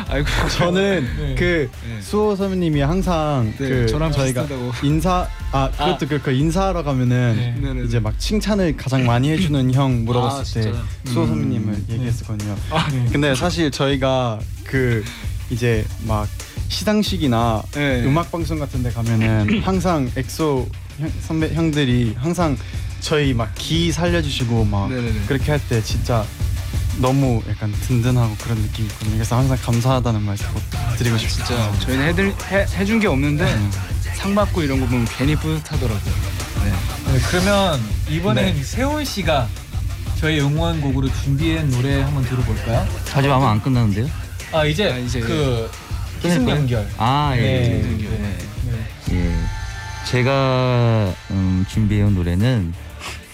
Speaker 6: 아이고
Speaker 2: 저는
Speaker 3: 네.
Speaker 2: 그
Speaker 6: 네.
Speaker 2: 수호 선배님이 항상
Speaker 6: 네,
Speaker 2: 그
Speaker 6: 저랑
Speaker 2: 저희가
Speaker 6: 비슷하다고.
Speaker 2: 인사 아 그것도 그렇고 인사하러 가면은
Speaker 3: 네.
Speaker 6: 네네네.
Speaker 2: 이제 막 칭찬을 가장 많이 해주는 형
Speaker 6: 아,
Speaker 2: 물어봤을
Speaker 6: 진짜요? 아,
Speaker 2: 때 수호 선배님을 얘기했었거든요.
Speaker 3: 네.
Speaker 2: 근데 사실 저희가 그 이제 막 시상식이나
Speaker 6: 네.
Speaker 2: 음악 방송 같은 데 가면은 항상 엑소 형, 선배 형들이 항상 저희 막 기 살려주시고 막
Speaker 6: 네네네.
Speaker 2: 그렇게 할 때 진짜 너무 약간 든든하고 그런 느낌이 있거든요. 그래서 항상 감사하다는 말씀 꼭 드리고 싶어요.
Speaker 6: 진짜 저희는 해들, 해, 해준 게 없는데 상 받고 이런 거 보면 괜히 뿌듯하더라고요.
Speaker 3: 네, 그러면 이번엔 세훈 씨가 저희 응원곡으로 준비한 노래 한번 들어볼까요?
Speaker 7: 하지 마면 안 끝나는데요?
Speaker 3: 아 이제,
Speaker 6: 아, 이제.
Speaker 3: 그 기승
Speaker 7: 끝낼까요?
Speaker 3: 연결.
Speaker 7: 아 예.
Speaker 3: 네.
Speaker 7: 예. 예. 제가 음, 준비해온 노래는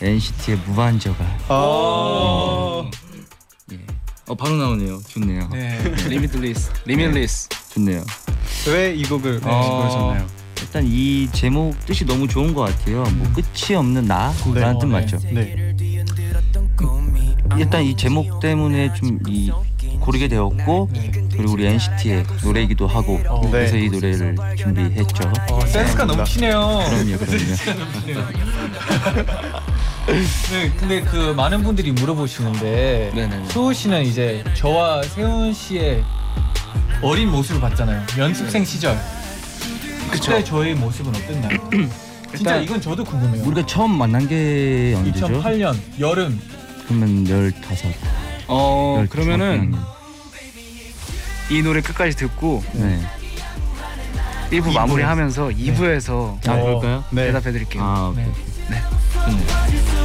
Speaker 7: NCT의 무반저가.
Speaker 2: 아,
Speaker 7: 어 바로 나오네요. 좋네요.
Speaker 3: 네.
Speaker 6: 리미틀리스 리밀리스
Speaker 7: 좋네요.
Speaker 2: 왜 이 곡을
Speaker 6: 어.
Speaker 2: 고르셨나요?
Speaker 7: 일단 이 제목 뜻이 너무 좋은 것 같아요. 뭐 끝이 없는 나라는
Speaker 2: 네.
Speaker 7: 뜻 맞죠?
Speaker 2: 네.
Speaker 7: 일단 이 제목 때문에 좀 이 고르게 되었고 그리고 우리 NCT의 노래이기도 하고
Speaker 2: 네.
Speaker 7: 그래서 이 노래를 준비했죠.
Speaker 3: 어, 센스가 너무 치네요.
Speaker 7: 그럼요, 그럼요.
Speaker 3: 네, 근데 그 많은 분들이 물어보시는데
Speaker 6: 네네네.
Speaker 3: 수호 씨는 이제 저와 세훈 씨의 어린 모습을 봤잖아요. 연습생 시절. 그때 저의 모습은 어땠나요? 진짜
Speaker 6: 일단
Speaker 3: 이건 저도 궁금해요.
Speaker 7: 우리가 처음 만난 게 언제죠?
Speaker 3: 2008년 여름
Speaker 7: 그러면 15.
Speaker 6: 어
Speaker 7: 15.
Speaker 6: 그러면은 이 노래 끝까지 듣고
Speaker 7: 네.
Speaker 6: 1부 마무리하면서 2부에서
Speaker 7: 아,
Speaker 3: 어.
Speaker 7: 그럴까요?
Speaker 2: 네.
Speaker 6: 대답해 드릴게요.
Speaker 7: 아, 오케이.
Speaker 3: 네.
Speaker 7: 네. 좋네요.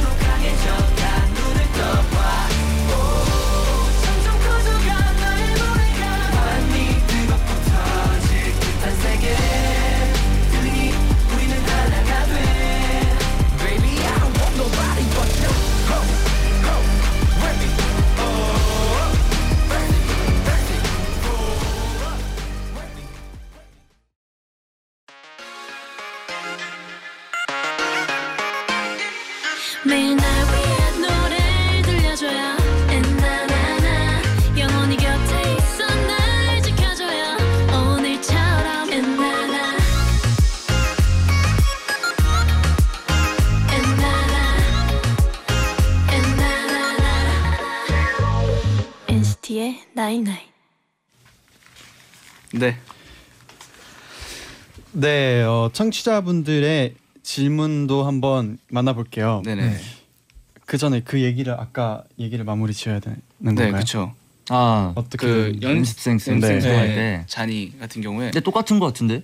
Speaker 8: 매일 날 위한 노래를 들려줘요 엔나나나 영원히 곁에 있어 날 지켜줘요 오늘처럼 엔나나 엔나나 엔나나나 NCT의 나잇나잇
Speaker 6: 네.
Speaker 2: 네, 어, 청취자분들의 질문도 한번 만나볼게요.
Speaker 6: 네네.
Speaker 2: 그 전에 그 얘기를 아까 얘기를 마무리 지어야 되는
Speaker 6: 네,
Speaker 2: 건가요?
Speaker 6: 그렇죠.
Speaker 7: 아,
Speaker 2: 어떻게
Speaker 6: 그
Speaker 2: 된-
Speaker 7: 연습생 네. 쌤
Speaker 2: 네.
Speaker 7: 좋아할
Speaker 3: 네.
Speaker 7: 때.
Speaker 6: 잔이 같은 경우에
Speaker 7: 근데 똑같은 것 같은데?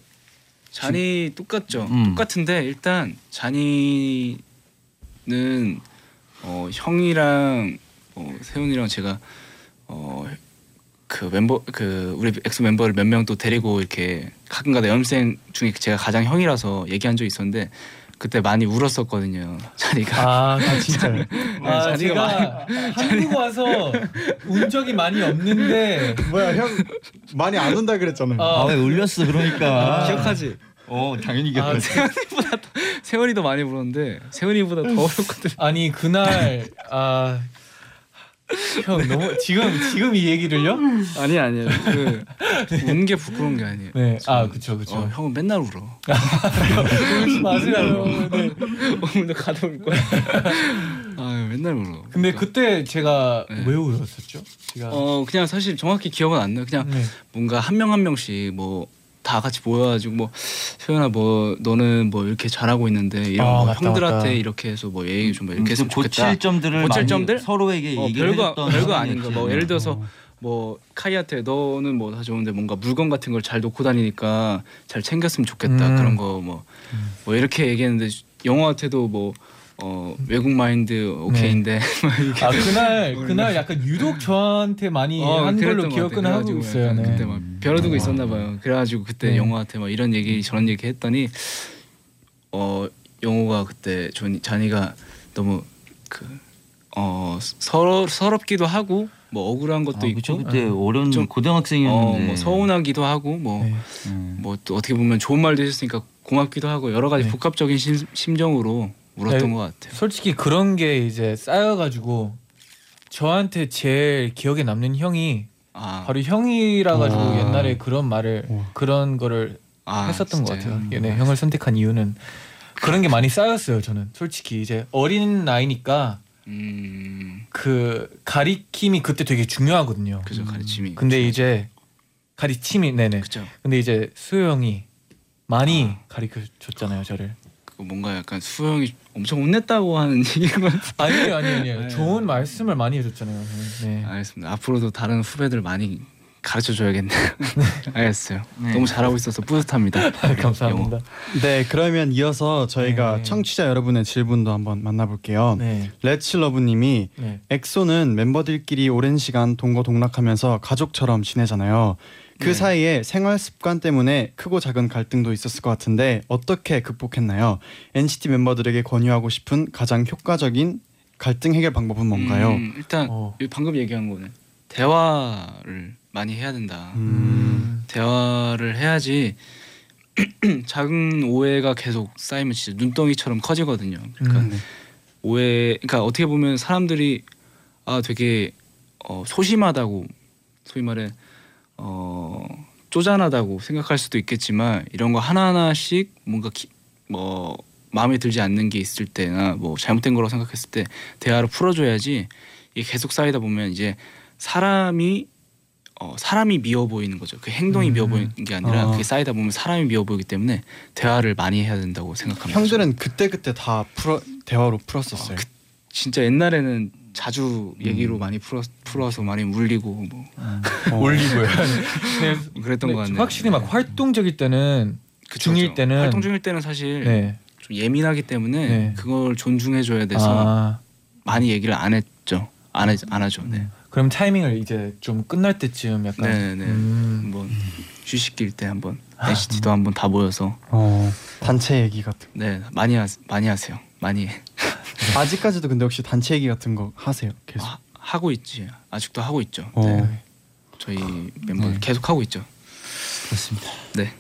Speaker 6: 잔이 똑같죠.
Speaker 7: 음.
Speaker 6: 똑같은데 일단 잔이는 어, 형이랑 어, 세훈이랑 제가 어, 그 멤버 그 우리 엑소 멤버를 몇 명 또 데리고 이렇게 가끔가다 연습생 중에 제가 가장 형이라서 얘기한 적이 있었는데 그때 많이 울었었거든요. 잔이가 네,
Speaker 3: 아,
Speaker 2: 진짜요?
Speaker 3: 아
Speaker 6: 자리가
Speaker 3: 제가 한국 와서 운 적이 많이 없는데
Speaker 2: 뭐야 형 많이 안 온다 그랬잖아요.
Speaker 3: 아,
Speaker 7: 아, 왜 울렸어 그러니까.
Speaker 6: 기억하지?
Speaker 7: 어, 당연히
Speaker 3: 아,
Speaker 7: 기억하지.
Speaker 6: 세훈이도 많이 울었는데 세훈이보다 더 울었거든.
Speaker 3: 아니 그날 아. 형 너무 지금 지금 이 얘기를요?
Speaker 6: 아니 아니에요. 그운게 부끄러운 게 아니에요.
Speaker 3: 네. 아, 그쵸, 그쵸.
Speaker 6: 어, 형은 맨날 울어.
Speaker 3: 울지 마세요. 네.
Speaker 6: 오늘도 가다 올 거야. 아 맨날 울어.
Speaker 3: 근데
Speaker 7: 그러니까.
Speaker 3: 그때 제가
Speaker 6: 네.
Speaker 3: 왜 울었었죠? 제가
Speaker 6: 어 그냥 사실 정확히 기억은 안 나요. 그냥
Speaker 3: 네.
Speaker 6: 뭔가 한 명 한 명씩 뭐 다 같이 모여가지고 뭐 세연아 뭐 너는 뭐 이렇게 잘하고 있는데 이런
Speaker 3: 아,
Speaker 6: 뭐
Speaker 3: 맞다,
Speaker 6: 형들한테
Speaker 3: 맞다.
Speaker 6: 이렇게 해서 뭐 얘기 좀 이렇게
Speaker 7: 그래서
Speaker 6: 했으면 좋겠다.
Speaker 7: 음, 고칠 점들을
Speaker 6: 고칠
Speaker 7: 많이
Speaker 6: 점들?
Speaker 7: 서로에게
Speaker 6: 어,
Speaker 7: 얘기를
Speaker 6: 별거
Speaker 7: 해줬던
Speaker 6: 별거
Speaker 7: 상황이었지. 네.
Speaker 6: 아닌 거뭐 예를 들어서 뭐 카이한테 너는 뭐 다 좋은데 뭔가 물건 같은 걸 잘 놓고 다니니까 잘 챙겼으면 좋겠다
Speaker 3: 음.
Speaker 6: 그런 거 뭐 뭐 이렇게 얘기했는데 영어한테도 뭐 어, 외국 마인드 오케이인데 막 이렇게
Speaker 3: 아 그날 그날 약간 유독 저한테 많이 어, 한 걸로
Speaker 6: 네. 예, 어, 그랬던 것 같아.
Speaker 3: 기억은 하고
Speaker 6: 그래가지고
Speaker 3: 있어요. 네.
Speaker 6: 약간 그때 막 벼르두고 있었나 봐요. 그래가지고 그때
Speaker 3: 네.
Speaker 6: 영호한테 막 이런 얘기 저런 얘기 했더니 어 영호가 그때 존 잔이가 너무 그, 그어 서러 서럽기도 하고 뭐 억울한 것도
Speaker 7: 아, 그쵸?
Speaker 6: 있고
Speaker 7: 그때 어려운
Speaker 6: 좀-
Speaker 7: 고등학생이었는데.
Speaker 6: 어뭐 서운하기도 하고 뭐 뭐
Speaker 3: 네.
Speaker 6: 또 어떻게 보면 좋은 말도 해줬으니까 고맙기도 하고 여러 가지
Speaker 3: 네.
Speaker 6: 복합적인 심, 심정으로 울었던
Speaker 3: 네.
Speaker 6: 것 같아요.
Speaker 3: 솔직히 그런 게 이제 쌓여가지고 저한테 제일 기억에 남는 형이
Speaker 6: 아,
Speaker 3: 바로 형이라 가지고
Speaker 2: 와.
Speaker 3: 옛날에 그런 말을
Speaker 2: 와.
Speaker 3: 그런 거를
Speaker 6: 아,
Speaker 3: 했었던 것
Speaker 6: 진짜요?
Speaker 3: 같아요. 얘네 형을 선택한 이유는 그런 게 많이 쌓였어요. 저는 솔직히 이제 어린 나이니까
Speaker 6: 음
Speaker 3: 그 가리킴이 그때 되게 중요하거든요.
Speaker 6: 그죠 가르침이.
Speaker 3: 근데 이제 가리침이 네네.
Speaker 6: 그죠.
Speaker 3: 근데 이제 수호 형이 많이
Speaker 6: 아.
Speaker 3: 가르쳐 줬잖아요 저를.
Speaker 6: 그 뭔가 약간 수영이 엄청 혼냈다고 하는 얘기만
Speaker 3: 아니에요 아니에요 아니에요. 네.
Speaker 6: 네.
Speaker 3: 좋은 말씀을 많이 해줬잖아요. 저는. 네.
Speaker 6: 알겠습니다 앞으로도 다른 후배들 많이 가르쳐 줘야겠네요 알겠어요
Speaker 7: 네.
Speaker 6: 너무 잘하고 있어서 뿌듯합니다
Speaker 3: 아, 감사합니다.
Speaker 2: 네 그러면 이어서 저희가
Speaker 3: 네.
Speaker 2: 청취자 여러분의 질문도 한번 만나볼게요.
Speaker 3: 네.
Speaker 2: 레츠러브님이
Speaker 3: 네.
Speaker 2: 엑소는 멤버들끼리 오랜 시간 동거동락하면서 가족처럼 지내잖아요. 그
Speaker 6: 네.
Speaker 2: 사이에 생활 습관 때문에 크고 작은 갈등도 있었을 것 같은데 어떻게 극복했나요? NCT 멤버들에게 권유하고 싶은 가장 효과적인 갈등 해결 방법은 뭔가요?
Speaker 6: 음, 일단
Speaker 3: 어.
Speaker 6: 이 방금 얘기한 거는 대화를 많이 해야 된다.
Speaker 2: 음.
Speaker 6: 대화를 해야지 작은 오해가 계속 쌓이면 진짜 눈덩이처럼 커지거든요. 그러니까
Speaker 2: 음, 네.
Speaker 6: 오해, 그러니까 어떻게 보면 사람들이 아 되게 어, 소심하다고 소위 말해 어, 쪼잔하다고 생각할 수도 있겠지만 이런 거 하나하나씩 뭔가 기, 뭐 마음에 들지 않는 게 있을 때나 뭐 잘못된 거라고 생각했을 때 대화로 풀어줘야지 이게 계속 쌓이다 보면 이제 사람이 어, 사람이 미워 보이는 거죠. 그 행동이 미워 보이는 게 아니라
Speaker 2: 아.
Speaker 6: 그게 쌓이다 보면 사람이 미워 보이기 때문에 대화를 많이 해야 된다고 생각합니다.
Speaker 2: 형들은 그때 그때 다 풀어 대화로
Speaker 3: 아,
Speaker 2: 풀었었어요.
Speaker 6: 진짜 옛날에는 자주 얘기로
Speaker 2: 음.
Speaker 6: 많이 풀어, 풀어서 많이 울리고 뭐
Speaker 3: 올리고요. 네,
Speaker 6: 그랬던
Speaker 3: 네,
Speaker 6: 것 같네요.
Speaker 3: 확실히 막 활동적일 때는
Speaker 6: 그쵸,
Speaker 3: 중일
Speaker 6: 그쵸.
Speaker 3: 때는-
Speaker 6: 활동 중일 때는 사실
Speaker 3: 네.
Speaker 6: 좀 예민하기 때문에
Speaker 3: 네.
Speaker 6: 그걸 존중해 줘야 돼서
Speaker 3: 아,
Speaker 6: 많이 얘기를 안 했죠. 안, 해, 안 하죠. 네.
Speaker 3: 그럼 타이밍을 이제 좀 끝날 때쯤 약간
Speaker 6: 네, 네.
Speaker 3: 음,
Speaker 6: 한번 휴식길 때 한번 NCT도 한번 다 모여서
Speaker 2: 어, 단체 얘기 같은 거.
Speaker 6: 네 많이 하, 많이 하세요. 많이 해.
Speaker 2: 아직까지도 근데 혹시 단체 얘기 같은 거 하세요? 계속.
Speaker 3: 아, 네.
Speaker 6: 하, 하고 있지. 아직도 하고 있죠.
Speaker 2: 어.
Speaker 6: 네. 저희
Speaker 3: 아,
Speaker 6: 멤버 들 계속 하고 있죠.
Speaker 7: 그렇습니다.
Speaker 6: 네.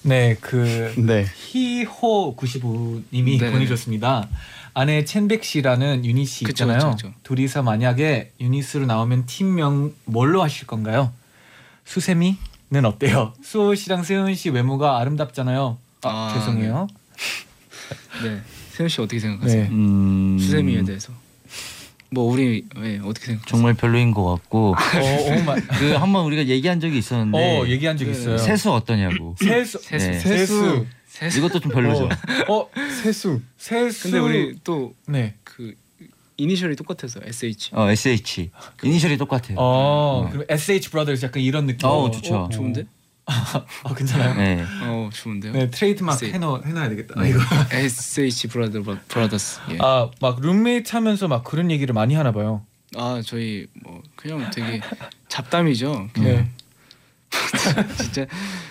Speaker 3: 네, 그
Speaker 2: 네.
Speaker 3: 히호 95님이
Speaker 6: 네네네.
Speaker 3: 보내주셨습니다. 아내 첸백 씨라는 유닛이
Speaker 6: 그쵸,
Speaker 3: 있잖아요.
Speaker 6: 그쵸, 그쵸.
Speaker 3: 둘이서 만약에 유닛으로 나오면 팀명 뭘로 하실 건가요? 수세미는 어때요? 수호 씨랑 세훈 씨 외모가 아름답잖아요. 아,
Speaker 6: 아,
Speaker 3: 죄송해요.
Speaker 6: 네. 세훈 씨 어떻게 생각하세요?
Speaker 3: 네.
Speaker 7: 음,
Speaker 6: 수세미에 대해서. 뭐 우리 왜 어떻게 생각하세요?
Speaker 7: 정말 별로인 것 같고
Speaker 3: 어, 오 마-
Speaker 7: 그 한 번 우리가 얘기한 적이 있었는데
Speaker 3: 어, 얘기한 적
Speaker 6: 네.
Speaker 3: 있어요.
Speaker 7: 세수 어떠냐고.
Speaker 3: 세수
Speaker 6: 세수.
Speaker 7: 네.
Speaker 3: 세수.
Speaker 6: 세수.
Speaker 7: 이것도 좀 별로죠.
Speaker 3: 어,
Speaker 2: 세수.
Speaker 3: 세수.
Speaker 6: 근데 우리 또
Speaker 3: 네.
Speaker 6: 그 이니셜이 똑같아서 SH.
Speaker 7: 어, SH 이니셜이 똑같아요.
Speaker 3: 어,
Speaker 7: 어.
Speaker 3: 그럼 SH 브라더스 약간 이런 느낌.
Speaker 7: 어, 좋죠.
Speaker 3: 어,
Speaker 6: 좋은데?
Speaker 3: 아, 괜찮아요. 네,
Speaker 7: 네.
Speaker 6: 어 좋은데요.
Speaker 3: 트레이드마크
Speaker 6: SH.
Speaker 3: 해놓 해놔야 되겠다. 이거.
Speaker 6: SH 브라더 브라더스.
Speaker 7: 네.
Speaker 6: 예. 아.
Speaker 3: 아 막 룸메이트 하면서 막 그런 얘기를 많이 하나 봐요.
Speaker 6: 저희 뭐 그냥 되게 잡담이죠.
Speaker 7: 음.
Speaker 6: 그냥
Speaker 3: 네.
Speaker 6: 진짜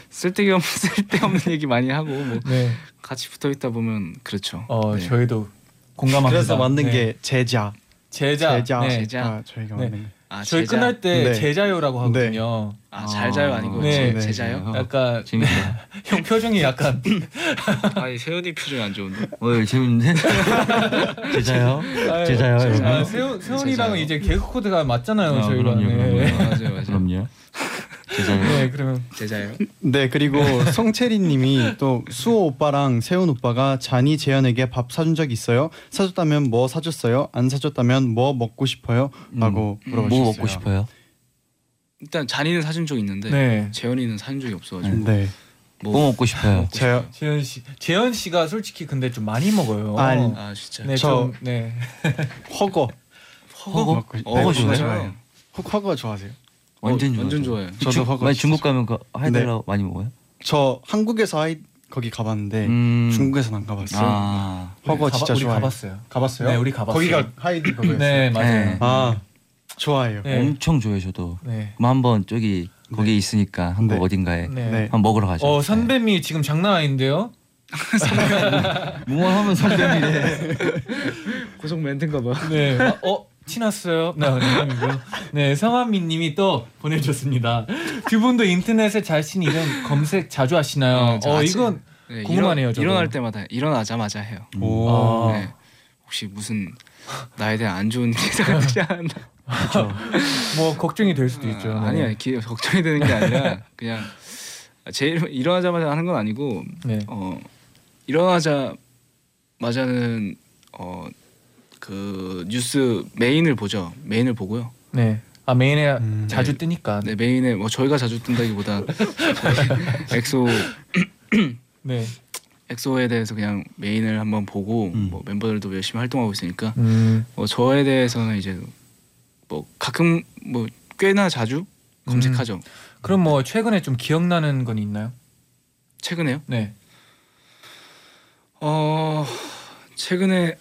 Speaker 6: 쓸데없는 쓸데없는 얘기 많이 하고 뭐
Speaker 3: 네.
Speaker 6: 같이 붙어 있다 보면 그렇죠.
Speaker 3: 어
Speaker 6: 네.
Speaker 3: 저희도 공감합니다.
Speaker 2: 그래서 만든
Speaker 3: 네.
Speaker 2: 게 제자.
Speaker 3: 제자.
Speaker 2: 제자.
Speaker 3: 네.
Speaker 6: 제자.
Speaker 2: 아, 저희가
Speaker 3: 네.
Speaker 2: 만든 거.
Speaker 6: 아,
Speaker 3: 저희
Speaker 6: 제자.
Speaker 3: 끝날 때
Speaker 2: 네.
Speaker 3: 제자요라고 하거든요.
Speaker 6: 아잘 자요 아니고
Speaker 3: 네.
Speaker 6: 제- 제자요.
Speaker 7: 네.
Speaker 3: 약간
Speaker 7: 재밌다.
Speaker 3: 형 표정이 약간
Speaker 6: 아니 세연이 표정이 안 좋은데.
Speaker 7: 어, 재밌는데? 제자요? 제자요?
Speaker 3: 아,
Speaker 7: 여러분?
Speaker 3: 세훈 세훈이랑
Speaker 6: 제자요.
Speaker 3: 이제 개그 코드가 맞잖아요.
Speaker 7: 아,
Speaker 3: 저희랑.
Speaker 7: 그럼요,
Speaker 3: 네.
Speaker 7: 그럼요.
Speaker 6: 맞아요 맞아요.
Speaker 7: 그럼요. 제자요?
Speaker 3: 네 그러면
Speaker 6: 제자요.
Speaker 2: 네 그리고 송채리님이 또 수호 오빠랑 세훈 오빠가 잔이 재현에게 밥 사준 적 있어요? 사줬다면 뭐 사줬어요? 안 사줬다면 뭐 먹고 싶어요?라고
Speaker 6: 음,
Speaker 2: 물어보셨어요.
Speaker 7: 뭐 먹고 싶어요?
Speaker 6: 일단 잔이는 사준 적 있는데
Speaker 3: 네.
Speaker 6: 재현이는 사준 적이 없어가지고
Speaker 2: 네,
Speaker 7: 뭐 먹고 싶어요?
Speaker 2: 제가
Speaker 3: 재현 씨 재현 씨가 솔직히 근데 좀 많이 먹어요.
Speaker 2: 아니,
Speaker 6: 아 진짜.
Speaker 3: 네,
Speaker 2: 저-
Speaker 3: 좀, 네.
Speaker 2: 허거
Speaker 7: 허거?
Speaker 2: 먹고 싶- 네,
Speaker 6: 어,
Speaker 7: 허거
Speaker 6: 어,
Speaker 7: 좋아요?
Speaker 6: 좋아요.
Speaker 2: 허- 허거 좋아하세요?
Speaker 7: 완전
Speaker 6: 어,
Speaker 7: 좋아요.
Speaker 6: 완전 좋아요.
Speaker 2: 저도 허거
Speaker 7: 많이
Speaker 2: 진짜
Speaker 7: 중국 가면 그 하이델라
Speaker 2: 네.
Speaker 7: 많이 먹어요?
Speaker 2: 저 한국에서 하이, 거기 가봤는데
Speaker 7: 음.
Speaker 2: 중국에서는 안 가봤어요.
Speaker 7: 아,
Speaker 2: 허거
Speaker 3: 우리 가봐-
Speaker 2: 진짜
Speaker 3: 우리
Speaker 2: 좋아해요.
Speaker 3: 가봤어요.
Speaker 2: 가봤어요?
Speaker 3: 네, 우리 가봤어요.
Speaker 2: 거기가 하이디 거기였어요.
Speaker 3: 네, 맞아요.
Speaker 7: 네.
Speaker 2: 아 좋아해요.
Speaker 3: 네.
Speaker 7: 엄청 좋아요 저도.
Speaker 3: 네.
Speaker 7: 그럼 뭐 한번 저기 거기 에 있으니까 한번
Speaker 2: 네.
Speaker 7: 어딘가에
Speaker 3: 네.
Speaker 2: 네.
Speaker 7: 한번 먹으러 가죠.
Speaker 3: 어 선배미 지금 장난 아닌데요?
Speaker 7: 네. 응원하면 선배님이래.
Speaker 6: 고정 멘트인가 봐.
Speaker 3: 네. 아, 어 친했어요? 네, 농담이고요. 네, 성한민님이 또 보내주셨습니다. 두 분도 인터넷에 자신 이름 검색 자주 하시나요?
Speaker 6: 어, 저
Speaker 3: 어
Speaker 6: 아침-
Speaker 3: 이건
Speaker 6: 네,
Speaker 3: 궁금하네요, 저도.
Speaker 6: 일어날 때마다 일어나자마자 해요.
Speaker 2: 오.
Speaker 3: 아,
Speaker 6: 네. 혹시 무슨 나에 대한 안 좋은 기사가 되지 않나?
Speaker 3: 뭐 걱정이 될 수도 있죠. 네.
Speaker 6: 아니야, 기, 걱정이 되는 게 아니라 그냥 아, 제 일- 일어나자마자 하는 건 아니고
Speaker 3: 네.
Speaker 6: 어 일어나자마자는 어그 뉴스 메인을 보죠. 메인을 보고요.
Speaker 3: 네. 아 메인에
Speaker 2: 음.
Speaker 3: 자주
Speaker 6: 네.
Speaker 3: 뜨니까. 네.
Speaker 6: 네 메인에 뭐 저희가 자주 뜬다기보다 저희 엑소
Speaker 3: 네.
Speaker 6: 엑소에 대해서 그냥 메인을 한번 보고
Speaker 7: 음.
Speaker 6: 뭐 멤버들도 열심히 활동하고 있으니까
Speaker 3: 음.
Speaker 6: 뭐 저에 대해서는 이제 뭐 가끔 뭐 꽤나 자주
Speaker 7: 음.
Speaker 6: 검색하죠.
Speaker 3: 그럼 뭐 최근에 좀 기억나는 건 있나요?
Speaker 6: 최근에요?
Speaker 3: 네.
Speaker 6: 어 최근에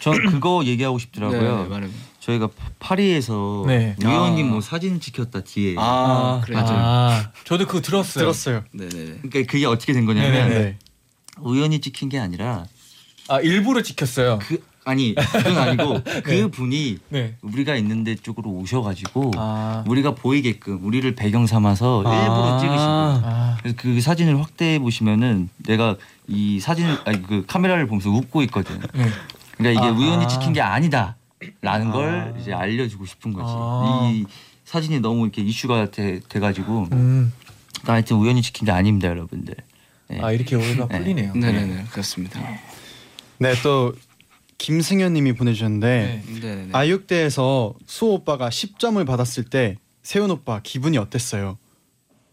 Speaker 7: 저 그거 얘기하고
Speaker 6: 네,
Speaker 7: 싶더라고요.
Speaker 6: 네, 말해봐.
Speaker 7: 저희가 파- 파리에서
Speaker 3: 네.
Speaker 7: 우연히
Speaker 6: 아.
Speaker 7: 뭐 사진 찍혔다 뒤에.
Speaker 6: 아, 그래요.
Speaker 3: 아 저도 그거 들었어요.
Speaker 2: 들었어요.
Speaker 6: 네네.
Speaker 7: 그러니까 그게 어떻게 된 거냐면
Speaker 3: 네, 네네네.
Speaker 2: 네.
Speaker 7: 우연히 찍힌 게 아니라
Speaker 3: 아 일부러 지켰어요.
Speaker 7: 그 아니 그건 아니고 그 분이
Speaker 3: 네.
Speaker 7: 우리가 있는 데 쪽으로 오셔가지고
Speaker 3: 아.
Speaker 7: 우리가 보이게끔 우리를 배경 삼아서
Speaker 3: 아.
Speaker 7: 일부러 찍으신 거예요.
Speaker 3: 아.
Speaker 7: 그래서 그 사진을 확대해 보시면은 내가 이 사진을 아니 그 카메라를 보면서 웃고 있거든.
Speaker 3: 네.
Speaker 7: 그러니까
Speaker 3: 아.
Speaker 7: 이게 우연히 찍힌 게 아니다라는 걸 이제 알려주고 싶은 거지.
Speaker 3: 아.
Speaker 7: 이 사진이 너무 이렇게 이슈가 돼, 돼가지고
Speaker 3: 음.
Speaker 7: 나 하여튼 우연히 찍힌 게 아닙니다, 여러분들. 네.
Speaker 3: 아 이렇게 오해가
Speaker 7: 네.
Speaker 3: 풀리네요.
Speaker 6: 네네네 그렇습니다.
Speaker 2: 네, 또 김승현님이 보내주셨는데
Speaker 3: 네.
Speaker 6: 네네네.
Speaker 7: 아,
Speaker 2: 아육대에서 수호 오빠가 10점을 받았을 때 세훈 오빠 기분이 어땠어요?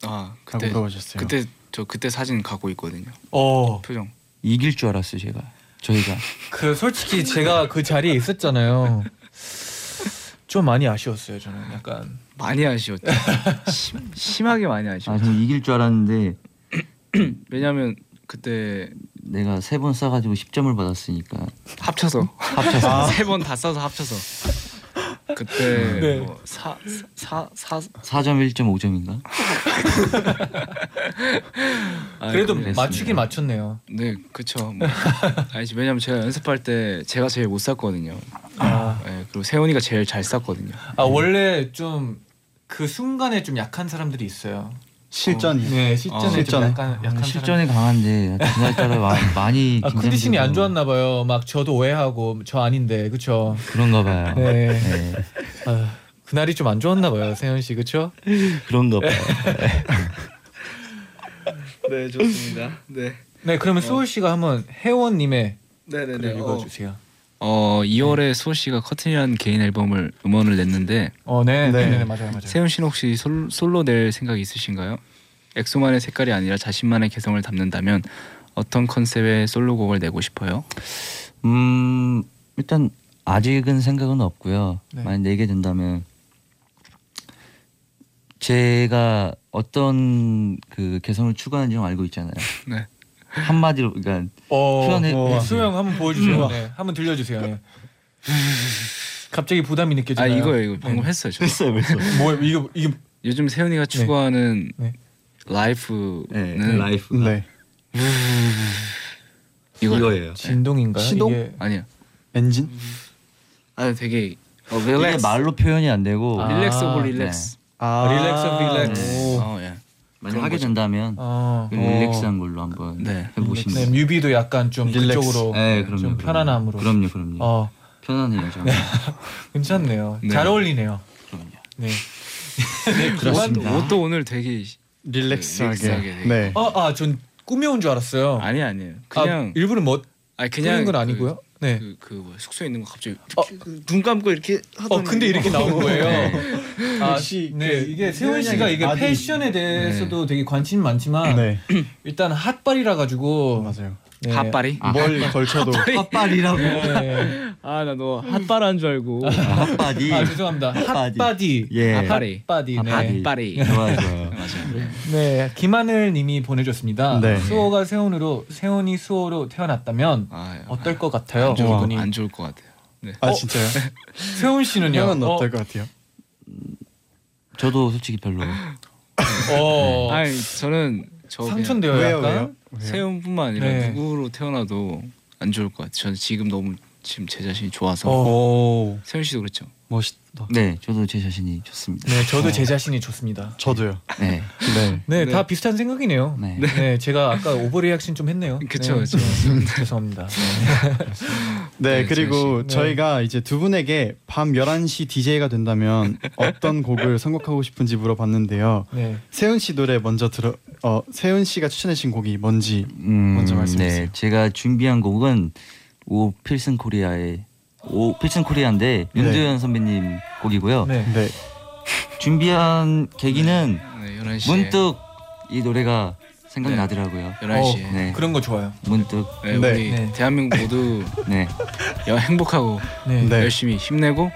Speaker 6: 아
Speaker 2: 라고
Speaker 6: 그때
Speaker 2: 물어보셨어요.
Speaker 6: 그때 저 그때 사진 갖고 있거든요.
Speaker 3: 어.
Speaker 6: 표정.
Speaker 7: 이길 줄 알았어요, 제가. 저희가.
Speaker 3: 그 솔직히 제가 그 자리에 있었잖아요. 좀 많이 아쉬웠어요 저는 약간
Speaker 6: 많이 아쉬웠죠. 심, 심하게 많이
Speaker 7: 아,
Speaker 6: 아쉬웠죠.
Speaker 7: 저 이길 줄 알았는데
Speaker 6: 왜냐면 그때
Speaker 7: 내가 세 번 싸가지고 10점을 받았으니까
Speaker 6: 합쳐서 합쳐서 아. 세 번 다 써서 합쳐서 그때 뭐
Speaker 3: 네.
Speaker 6: 뭐사사사
Speaker 7: 4점, 1점, 5점인가?
Speaker 6: 아,
Speaker 3: 그래도
Speaker 7: 그랬습니다.
Speaker 3: 맞추긴 맞췄네요.
Speaker 6: 네 그쵸. 뭐. 아니지 왜냐면 제가 연습할 때 제가 제일 못 쌌거든요.
Speaker 3: 아,
Speaker 6: 네, 그리고 세훈이가 제일 잘 쌌거든요.
Speaker 3: 아 원래 좀 그 순간에 좀 약한 사람들이 있어요.
Speaker 2: 실전이.
Speaker 3: 네 실전에
Speaker 6: 어,
Speaker 3: 좀
Speaker 2: 실전에.
Speaker 3: 약간 약한 사람.
Speaker 7: 아, 실전이 강한데 그날따라 마- 많이
Speaker 3: 아,
Speaker 7: 긴장되고
Speaker 3: 컨디션이 안 좋았나 봐요. 막 저도 오해하고 저 아닌데 그쵸?
Speaker 7: 그런가 봐요.
Speaker 3: 네.
Speaker 7: 네.
Speaker 3: 아, 그날이 좀 안 좋았나 봐요 세현 씨 그쵸?
Speaker 7: 그런가 봐요.
Speaker 6: 네 좋습니다. 네.
Speaker 3: 네 그러면 소울 씨가 한번 혜원님의
Speaker 6: 네네네.
Speaker 3: 글을 읽어주세요.
Speaker 6: 어 2월에 수호 씨가 커튼이라는 개인 앨범을 음원을 냈는데
Speaker 3: 어, 네,
Speaker 2: 네.
Speaker 3: 네, 네, 네, 맞아요, 맞아요.
Speaker 6: 세훈 씨는 혹시 솔, 솔로 낼 생각 있으신가요? 엑소만의 색깔이 아니라 자신만의 개성을 담는다면 어떤 컨셉의 솔로곡을 내고 싶어요?
Speaker 7: 음 일단 아직은 생각은 없고요.
Speaker 3: 네.
Speaker 7: 만약 내게 된다면 제가 어떤 그 개성을 추구하는지 좀 알고 있잖아요.
Speaker 6: 네.
Speaker 7: 한마디로 그러니까
Speaker 3: 어,
Speaker 7: 표현해-
Speaker 3: 어,
Speaker 7: 네.
Speaker 3: 수영 한번 보여주세요. 네, 한번 들려주세요. 네. 갑자기 부담이
Speaker 6: 아
Speaker 3: 느껴지나요? 네.
Speaker 6: 이거요 이거 방금 했어요. 저.
Speaker 7: 했어요, 했어.
Speaker 3: 뭐 이거 이게
Speaker 6: 요즘 세훈이가 추구하는
Speaker 3: 네.
Speaker 6: 라이프는
Speaker 7: 네, 라이프.
Speaker 2: 네.
Speaker 6: 이거
Speaker 7: 이거예요.
Speaker 3: 진동인가요?
Speaker 2: 시동?
Speaker 3: 이게
Speaker 6: 아니야.
Speaker 2: 엔진?
Speaker 6: 아 되게 어,
Speaker 7: 이게
Speaker 6: 릴렉스
Speaker 7: 말로 표현이 안 되고
Speaker 3: 아.
Speaker 6: 릴렉스 오브
Speaker 3: 네.
Speaker 6: 릴렉스.
Speaker 2: 아,
Speaker 3: 릴렉스 오브 릴렉스.
Speaker 7: 네.
Speaker 6: 어 예.
Speaker 7: 만약
Speaker 6: 그런
Speaker 7: 하게
Speaker 6: 거죠.
Speaker 7: 된다면
Speaker 3: 어,
Speaker 7: 그 릴렉스한 걸로 한번
Speaker 6: 네.
Speaker 7: 해보시면
Speaker 3: 네, 뮤비도 약간 좀
Speaker 2: 릴렉스.
Speaker 3: 그쪽으로
Speaker 7: 네, 그럼요,
Speaker 3: 좀
Speaker 7: 그럼요.
Speaker 3: 편안함으로.
Speaker 7: 그럼요, 그럼요.
Speaker 3: 어, 네.
Speaker 7: 편안해요, 저는.
Speaker 3: 괜찮네요.
Speaker 6: 네.
Speaker 3: 잘 어울리네요.
Speaker 7: 그럼요.
Speaker 3: 네.
Speaker 7: 그렇습니다.
Speaker 6: 옷도 오늘 되게 릴렉스하게
Speaker 2: 릴렉스하게.
Speaker 6: 되게.
Speaker 2: 네.
Speaker 3: 어, 아, 전 꾸며온 줄 알았어요.
Speaker 6: 아니 아니에요. 그냥
Speaker 3: 아, 일부러 뭐
Speaker 6: 아, 니
Speaker 3: 꾸민
Speaker 6: 그냥
Speaker 3: 건 아니고요. 네.
Speaker 6: 그그 뭐야, 숙소에 있는 거 갑자기
Speaker 3: 어.
Speaker 6: 이렇게 그눈 감고 이렇게 네. 하더니
Speaker 3: 어 근데 이렇게 나온 거예요. 아,
Speaker 2: 역시
Speaker 3: 네
Speaker 2: 그
Speaker 3: 이게 세훈 씨가 이게
Speaker 2: 아들이-
Speaker 3: 패션에 대해서도 되게 관심이 많지만
Speaker 2: 네.
Speaker 3: 일단 핫발이라 가지고
Speaker 2: 맞아요.
Speaker 3: 네.
Speaker 6: 핫바리?
Speaker 2: 뭘 걸쳐도
Speaker 6: 어?
Speaker 7: 핫바디라고.
Speaker 3: 네.
Speaker 6: 아 나 너 핫바라 한줄 알고.
Speaker 7: 핫바디.
Speaker 3: 아 죄송합니다. 핫바디.
Speaker 7: 예.
Speaker 6: 핫바디.
Speaker 3: 핫바디. 네.
Speaker 6: 핫바리.
Speaker 7: 좋아요, 좋아요.
Speaker 3: 네. 김하늘님이 보내줬습니다.
Speaker 2: 네.
Speaker 3: 수호가 세훈으로 세훈이 수호로 태어났다면
Speaker 6: 아, 예.
Speaker 3: 어떨 것 같아요?
Speaker 6: 안 좋을 것-
Speaker 3: 이분이.
Speaker 6: 안 좋을 것 같아요.
Speaker 2: 아 진짜요?
Speaker 3: 세훈 씨는요?
Speaker 2: 형은 어떨 것 같아요?
Speaker 7: 저도 솔직히 별로.
Speaker 3: 어, 어,
Speaker 6: 네. 아니 저는 저 그냥
Speaker 3: 상처돼요
Speaker 2: 왜요,
Speaker 3: 약간.
Speaker 2: 왜요? 왜요?
Speaker 6: 세훈뿐만 아니라
Speaker 3: 네.
Speaker 6: 누구로 태어나도 안 좋을 것 같아요. 저는 지금 너무 지금 제 자신이 좋아서
Speaker 3: 어.
Speaker 2: 오,
Speaker 6: 세훈 씨도 그랬죠.
Speaker 2: 멋있다.
Speaker 7: 네, 저도 제 자신이 좋습니다.
Speaker 3: 네, 저도 제 자신이 좋습니다.
Speaker 2: 저도요.
Speaker 7: 네.
Speaker 2: 네.
Speaker 3: 네,
Speaker 6: 네.
Speaker 3: 다 비슷한 생각이네요.
Speaker 7: 네.
Speaker 3: 네. 제가 아까 오버리액션 좀 했네요.
Speaker 6: 그쵸,
Speaker 3: 네,
Speaker 6: 그쵸.
Speaker 3: 네, 죄송합니다.
Speaker 2: 네,
Speaker 6: 네,
Speaker 2: 그리고
Speaker 3: 네.
Speaker 2: 저희가 이제 두 분에게 밤 11시 DJ가 된다면 어떤 곡을 선곡하고 싶은지 물어봤는데요.
Speaker 3: 네.
Speaker 2: 세훈 씨 노래 먼저 들어 어 세훈 씨가 추천해 주신 곡이 뭔지
Speaker 7: 음,
Speaker 2: 먼저 말씀해주세요.
Speaker 7: 네, 제가 준비한 곡은 오 필승 코리아의 오 필승 코리아인데
Speaker 2: 네.
Speaker 7: 윤도현 선배님 곡이고요.
Speaker 3: 네.
Speaker 2: 네.
Speaker 7: 준비한 계기는
Speaker 6: 네, 11시에
Speaker 7: 문득 이 노래가 생각나더라고요.
Speaker 6: 11시에
Speaker 7: 네.
Speaker 3: 어, 그런 거 좋아요.
Speaker 7: 문득
Speaker 6: 네,
Speaker 2: 네.
Speaker 6: 우리
Speaker 3: 네.
Speaker 6: 대한민국 모두
Speaker 7: 네.
Speaker 6: 여- 행복하고
Speaker 3: 네.
Speaker 2: 네.
Speaker 6: 열심히 힘내고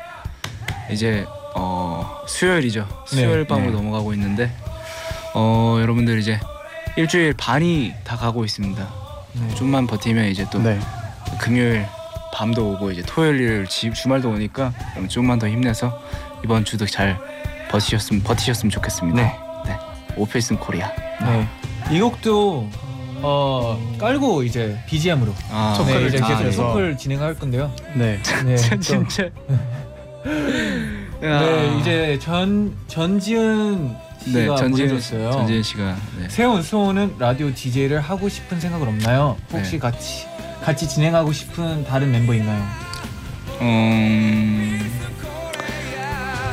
Speaker 6: 이제 어, 수요일이죠.
Speaker 3: 네.
Speaker 6: 수요일 밤으로
Speaker 7: 네.
Speaker 6: 넘어가고 있는데 어, 여러분들 이제 일주일 반이 다 가고 있습니다.
Speaker 3: 네.
Speaker 6: 좀만 버티면 이제 또
Speaker 2: 네.
Speaker 6: 금요일 밤도 오고 이제 토요일 일요일 지- 주말도 오니까 여러분 좀만 더 힘내서 이번 주도 잘 버티셨으면 버티셨으면 좋겠습니다. 네. 오필슨 코리아.
Speaker 3: 네. 이 곡도 어, 어 깔고 이제 BGM으로
Speaker 6: 아,
Speaker 2: 저- 토크를
Speaker 3: 네, 이제
Speaker 2: 다
Speaker 3: 계속
Speaker 2: 해서.
Speaker 3: 토크를 진행할 건데요.
Speaker 2: 네.
Speaker 3: 네,
Speaker 6: 진짜
Speaker 3: 또-
Speaker 6: 진짜. 아.
Speaker 3: 네 이제 전 전지은 씨가 보내줬어요.
Speaker 6: 네, 전지현 씨가 네.
Speaker 3: 세훈 수호는 라디오 DJ를 하고 싶은 생각은 없나요? 혹시
Speaker 6: 네.
Speaker 3: 같이 같이 진행하고 싶은 다른 멤버 있나요?
Speaker 6: 음,